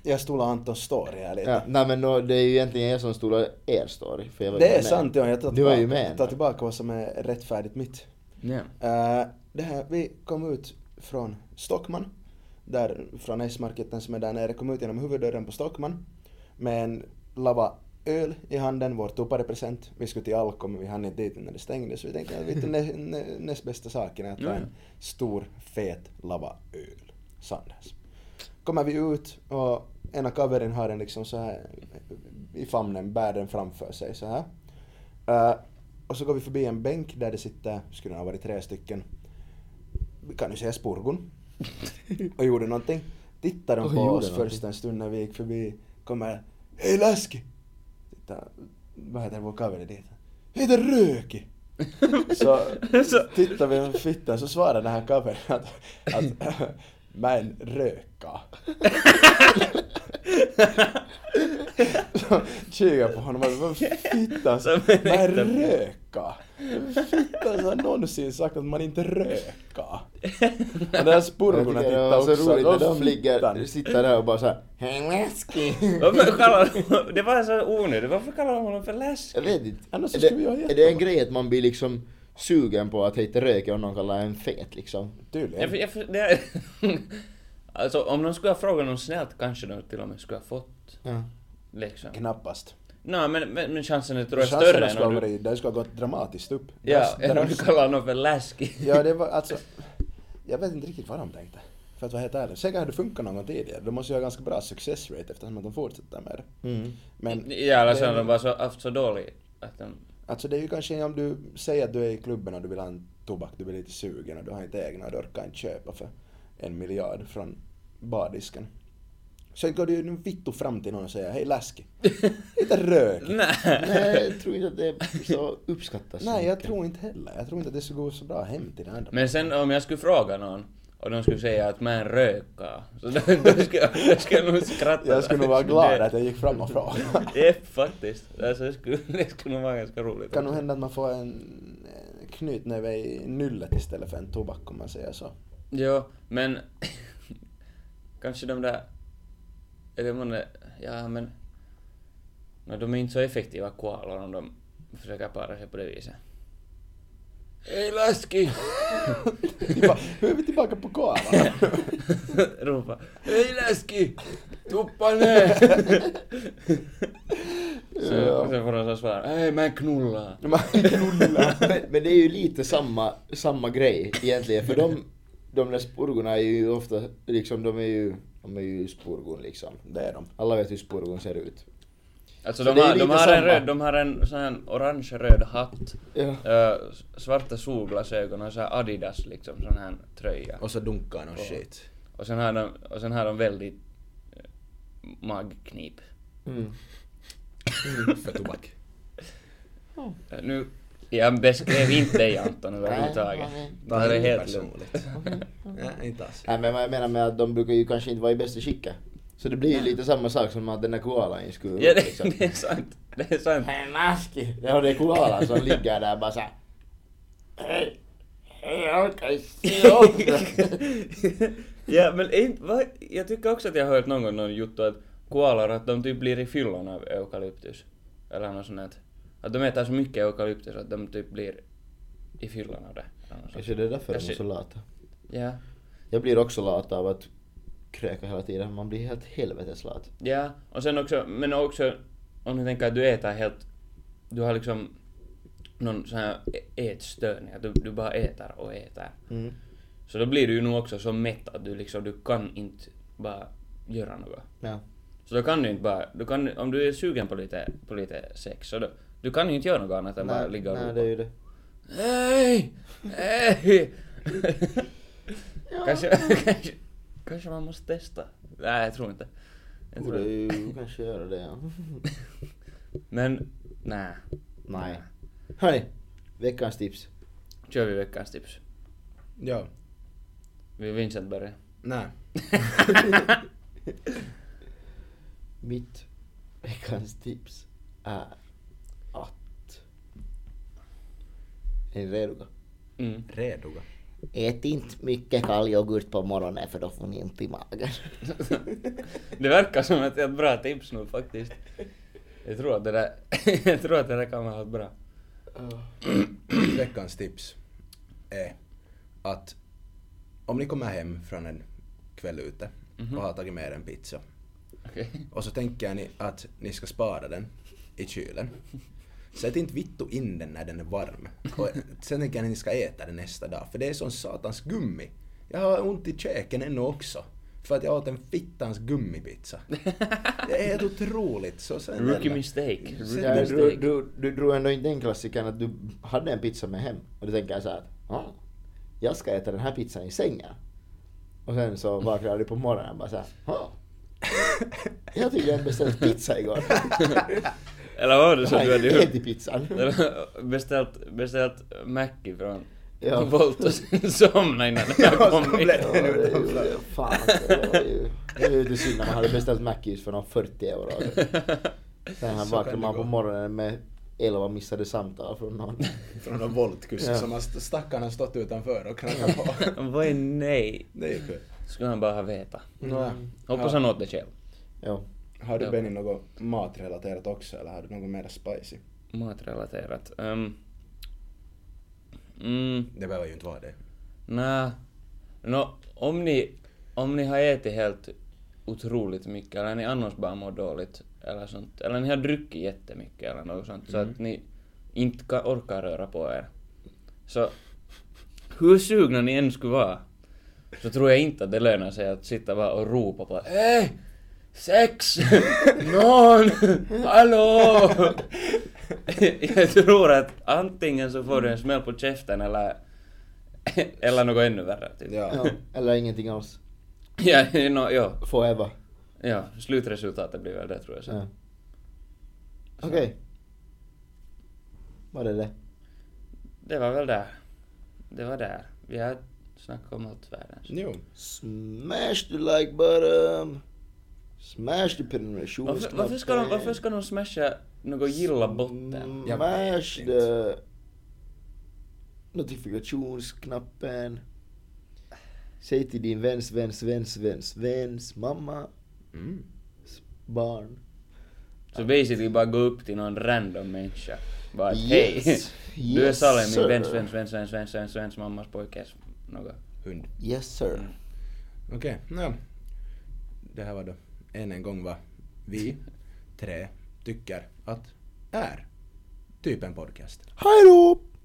S1: Jag stolar Antons story här lite.
S3: Ja, nej men nå, det är ju egentligen jag som stod er story. För jag var ju
S1: Det är
S3: med.
S1: sant, ja. jag tar
S3: Du var ju
S1: tillbaka-
S3: med.
S1: jag tar tillbaka vad som är rättfärdigt mitt.
S2: Ja.
S1: Eh, det här, vi kom ut från Stockman, där, från S-marketen som är där nere, kom ut genom huvuddörren på Stockman med en lava öl i handen, vår tuparepresent. Vi skulle till Alko men vi hann inte dit när det stängdes. Vi tänkte att vittu, nä, nä, näst bästa saken är att ta
S2: Mm.
S1: en stor fet lava öl. Sanders. Kommer vi ut och ena kaverin har den liksom så här i famnen, bär den framför sig så här. Eh, och så går vi förbi en bänk där det sitter, skulle det ha varit tre stycken, kan du säga spurgon? och gjorde någonting. Tittade de
S3: Och
S1: på
S3: gjorde
S1: oss
S3: någonting.
S1: först en stund när vi gick förbi. Kommer Hej Laski! Titta, vad heter vår cover dit? Heter Röki! så
S2: Så-
S1: tittar vi på fittan så svarar den här covern att, att (laughs) men röka. så kikar jag på honom och bara, vad fittan,
S2: Som en
S1: men
S2: äkta-
S1: röka. Fittan som har någonsin sagt att man inte röka. Och den här
S3: Jag
S1: spurgorna
S3: tycker det
S1: tittar
S3: var
S1: också.
S3: så roligt när
S1: att,
S3: de
S1: "Åh,
S3: ligger,
S1: fittan."
S3: sitter där och bara såhär hej läski!
S1: (laughs)
S2: Varför kallar de- det var så onödigt, varför kallar de honom för läsk?
S3: Jag vet inte.
S1: Annars så
S3: är,
S1: skulle
S3: det,
S1: jag
S3: är
S1: hjälpa
S3: det en
S1: dem.
S3: grej att man blir liksom sugen på att hitta röker om någon kallar en fet liksom?
S2: Jag,
S1: Tydligen.
S2: för- jag, för- det, (laughs) alltså om de skulle ha frågat någon snällt kanske de till och med skulle ha fått,
S3: Ja.
S2: liksom.
S1: Knappast.
S2: Nej men, men, men chansen är tror jag större
S1: Chanserna
S2: än
S1: skulle ha
S2: om du...
S1: varit, det skulle ha gått dramatiskt upp.
S2: Ja,
S1: Där- där
S2: än om du
S1: också.
S2: kallar honom för läskig.
S1: Ja,
S2: (laughs)
S1: det var alltså... Jag vet inte riktigt vad de tänkte. För att vara helt ärlig. Säkert hade det funkat någon gång tidigare. De måste ju ha ganska bra success rate eftersom att de fortsätter med det. Men
S2: Ja, eller så
S1: det-
S2: har de bara så, haft så dålig att de...
S1: alltså det är ju kanske om du säger att du är i klubben och du vill ha en tobak, du blir lite sugen och du har inte egna och du orkar inte köpa för en miljard från bardisken. Sen går det ju nu vittu fram till någon och säger hej (laughs) läski. Lite rök.
S2: Nej.
S3: Nej, jag tror inte att det så uppskattas så
S1: Nej, jag
S3: mycket.
S1: tror inte heller. Jag tror inte att det skulle gå så bra hem till den andra.
S2: Men sen om jag skulle fråga någon och de skulle säga att man röka, (laughs) så då, då skulle jag, då skulle jag nog skratta.
S1: Jag skulle nog vara glad
S2: Det- (laughs)
S1: att jag gick fram och (laughs) frågade.
S2: Jepp, faktiskt. Alltså, det, skulle, det skulle nog vara ganska roligt.
S1: kan nog
S2: också.
S1: hända att man får en eh, knytnäve i nyllet istället för en tobak om man säger (laughs) så.
S2: Jo, men (laughs) kanske de där... Eller man, ja, men... No, de är inte så effektiva koalor om de försöker para sig på det viset. Hej läski!
S1: Tillba- Nu är vi tillbaka på koalan.
S2: (laughs) Ropa. Hej läski! Tuppa (laughs) ner! så,
S1: Ja.
S2: så får de så svara. Hej men knulla!
S1: Man knullar.
S3: men, men det är ju lite samma, samma grej egentligen, för de, de där spurgorna är ju ofta, liksom, de är ju, de är ju spurgon liksom.
S1: Det är de.
S3: Alla vet hur spurgon ser ut.
S2: Alltså
S3: Så
S2: de
S3: det är
S2: har, de
S3: lite
S2: har en
S3: samma.
S2: röd, de har en sån här orange-röd hatt.
S3: Ja.
S2: Ö, s- svarta solglasögon och så här Adidas liksom sån här tröja.
S1: (laughs) Och så dunkar någon shit.
S2: Och sen har de, och sen har de väldigt eh, magknip.
S3: Mm.
S1: För tobak.
S2: Ö, Nu, jag beskrev inte dig Anton överhuvudtaget.
S3: Nej, nej,
S2: Det här är helt lugnt.
S1: personligt. Nej, inte alls.
S3: Nej men vad jag menar med att de brukar ju kanske inte vara i bästa skicket. Så det blir ju lite samma sak som att den där koalan liksom. ju skulle...
S2: Ja, det, det är sant. Det är sant.
S3: Hej Maski! Ja det är koalan som ligger där bara såhär... Hej! Hej jag kan inte se upp!
S2: (laughs) ja, men inte, va? jag tycker också att jag har hört någon gång någon juttu att koalor att de typ blir i fyllan av eukalyptus. Eller något sånt här. Att de äter så mycket eukalyptus att de typ blir i fyllan av det. Eller något sånt.
S3: Kanske det är därför de
S2: Kanske-
S3: är så lata.
S2: Ja,
S3: Jag blir också lat av att kräka hela tiden. Man blir helt helvetes lat.
S2: ja. Och sen också, men också om du tänker att du äter helt, du har liksom någon sån här ä- ätstörning, att du, du bara äter och äter.
S3: Mm.
S2: Så då blir du ju nog också så mätt att du liksom, du kan inte bara göra något.
S3: Ja.
S2: Så då kan du inte bara, du kan, om du är sugen på lite, på lite sex, så då, du kan ju inte göra något annat än bara ligga och
S3: nej,
S2: ropa.
S3: det är ju det.
S2: Hej!
S3: (laughs)
S2: Hej! kanske, (laughs) kanske, kanske man måste testa. Nej, jag tror inte. Jag tror
S3: Borde
S2: inte.
S3: ju kanske göra det ja. (laughs)
S2: Men, nej.
S3: Nej. Hörni, veckans tips.
S2: Kör vi veckans tips.
S1: Ja.
S2: Vill Vincent börja?
S1: Nej.
S3: Mitt veckans tips är att... Är ni redo?
S2: Mm.
S1: Reduga.
S3: Ät inte mycket kall yoghurt på morgonen för då får ni ont i (laughs) magen.
S2: Det verkar som ett, ett bra tips nu faktiskt. Jag tror att det där, (laughs) jag tror att det där kan vara bra.
S1: Veckans tips är att om ni kommer hem från en kväll ute och har tagit med er en pizza
S2: Okej.
S1: och så tänker ni att ni ska spara den i kylen. Sätt inte vittu in den när den är varm. Och sen tänker ni att ni ska äta den nästa dag, för det är sån satans gummi. Jag har ont i käken ännu också, för att jag åt en fittans gummipizza. Det är helt otroligt. Så sen
S2: Rookie mistake.
S1: Sen-
S2: Rookie
S3: Ja, du,
S2: mistake.
S3: du, du drog ändå inte den klassikern att du hade en pizza med hem och du tänker så här att ah, jag ska äta den här pizzan i sängen. Och sen så vaknar du på morgonen och bara så här ah, jag tycker jag beställde pizza
S1: (laughs)
S3: igår.
S2: Eller vad var det som du
S3: Jag
S2: hade
S3: har
S2: gjort?
S3: ätit pizzan.
S2: beställt, beställt Mackie från
S3: Ja.
S2: Volt och sen (laughs) somnade innan den här
S1: Ja,
S2: kom
S1: så
S2: in.
S1: blev
S3: Ja,
S1: det.
S3: det är ju- Fan, det var ju- det är ju lite synd när man hade beställt Mackies för de 40
S1: (laughs)
S3: euro. Sen här
S1: Så
S3: vaknar
S1: kan det
S3: man på
S1: gå.
S3: morgonen med 11 missade samtal från någon.
S1: Från någon voltkusk
S3: Ja.
S1: som har st- stackarna stått utanför och knackat på.
S2: Vad är nej?
S1: Det är kul.
S2: Skulle han bara ha vetat.
S1: Nåja.
S2: Hoppas han åt det själv.
S3: Jo.
S1: Har du
S2: Ja.
S1: Benny något matrelaterat också eller har du något mer spicy?
S2: Matrelaterat. Um, mm,
S1: Det behöver ju inte vara det.
S2: nä. Nå, om ni, om ni har ätit helt otroligt mycket eller ni annars bara mår dåligt eller sånt. Eller ni har druckit jättemycket eller något sånt så att ni inte ka- orkar röra på er. Så hur sugna ni än skulle vara så tror jag inte att det lönar sig att sitta bara och ropa på
S1: Eh!
S2: Hej! Sex! (laughs) Någon! Hallå! (laughs) jag tror att antingen så får du en smäll på käften eller (laughs) Eller något ännu värre. Typ. Ja,
S1: Ja.
S3: Ja, (laughs) eller ingenting alls.
S2: ja, (laughs) no, ja,
S3: Forever.
S2: ja. Slutresultatet blir väl det tror jag sen.
S3: Ja. Okej. Var det det?
S2: Det var väl där. Det var där. Vi har snackat om allt världens.
S1: Jo.
S3: Smash the like button. Smash the prenumerationsknapp.
S2: Varför, varför, ska de, varför ska de smasha något gilla
S3: Mm.
S2: botten?
S1: Jag
S3: Smash
S1: vet
S3: the notifikationsknappen. Säg till din väns, väns, väns, väns, väns mamma,
S1: Mm.
S3: barn.
S2: Så basically bara gå upp till någon random människa. Bara att hej,
S3: Yes.
S2: du är
S3: Yes,
S2: Salem, min
S3: sir.
S2: vän, svensk, svensk, svensk, svensk, svensk, svensk, mammas pojkes något.
S1: Hund.
S3: Yes sir.
S1: Okej, okay. Det här var då än en gång vad vi tre tycker att är typ en podcast.
S3: Hej då!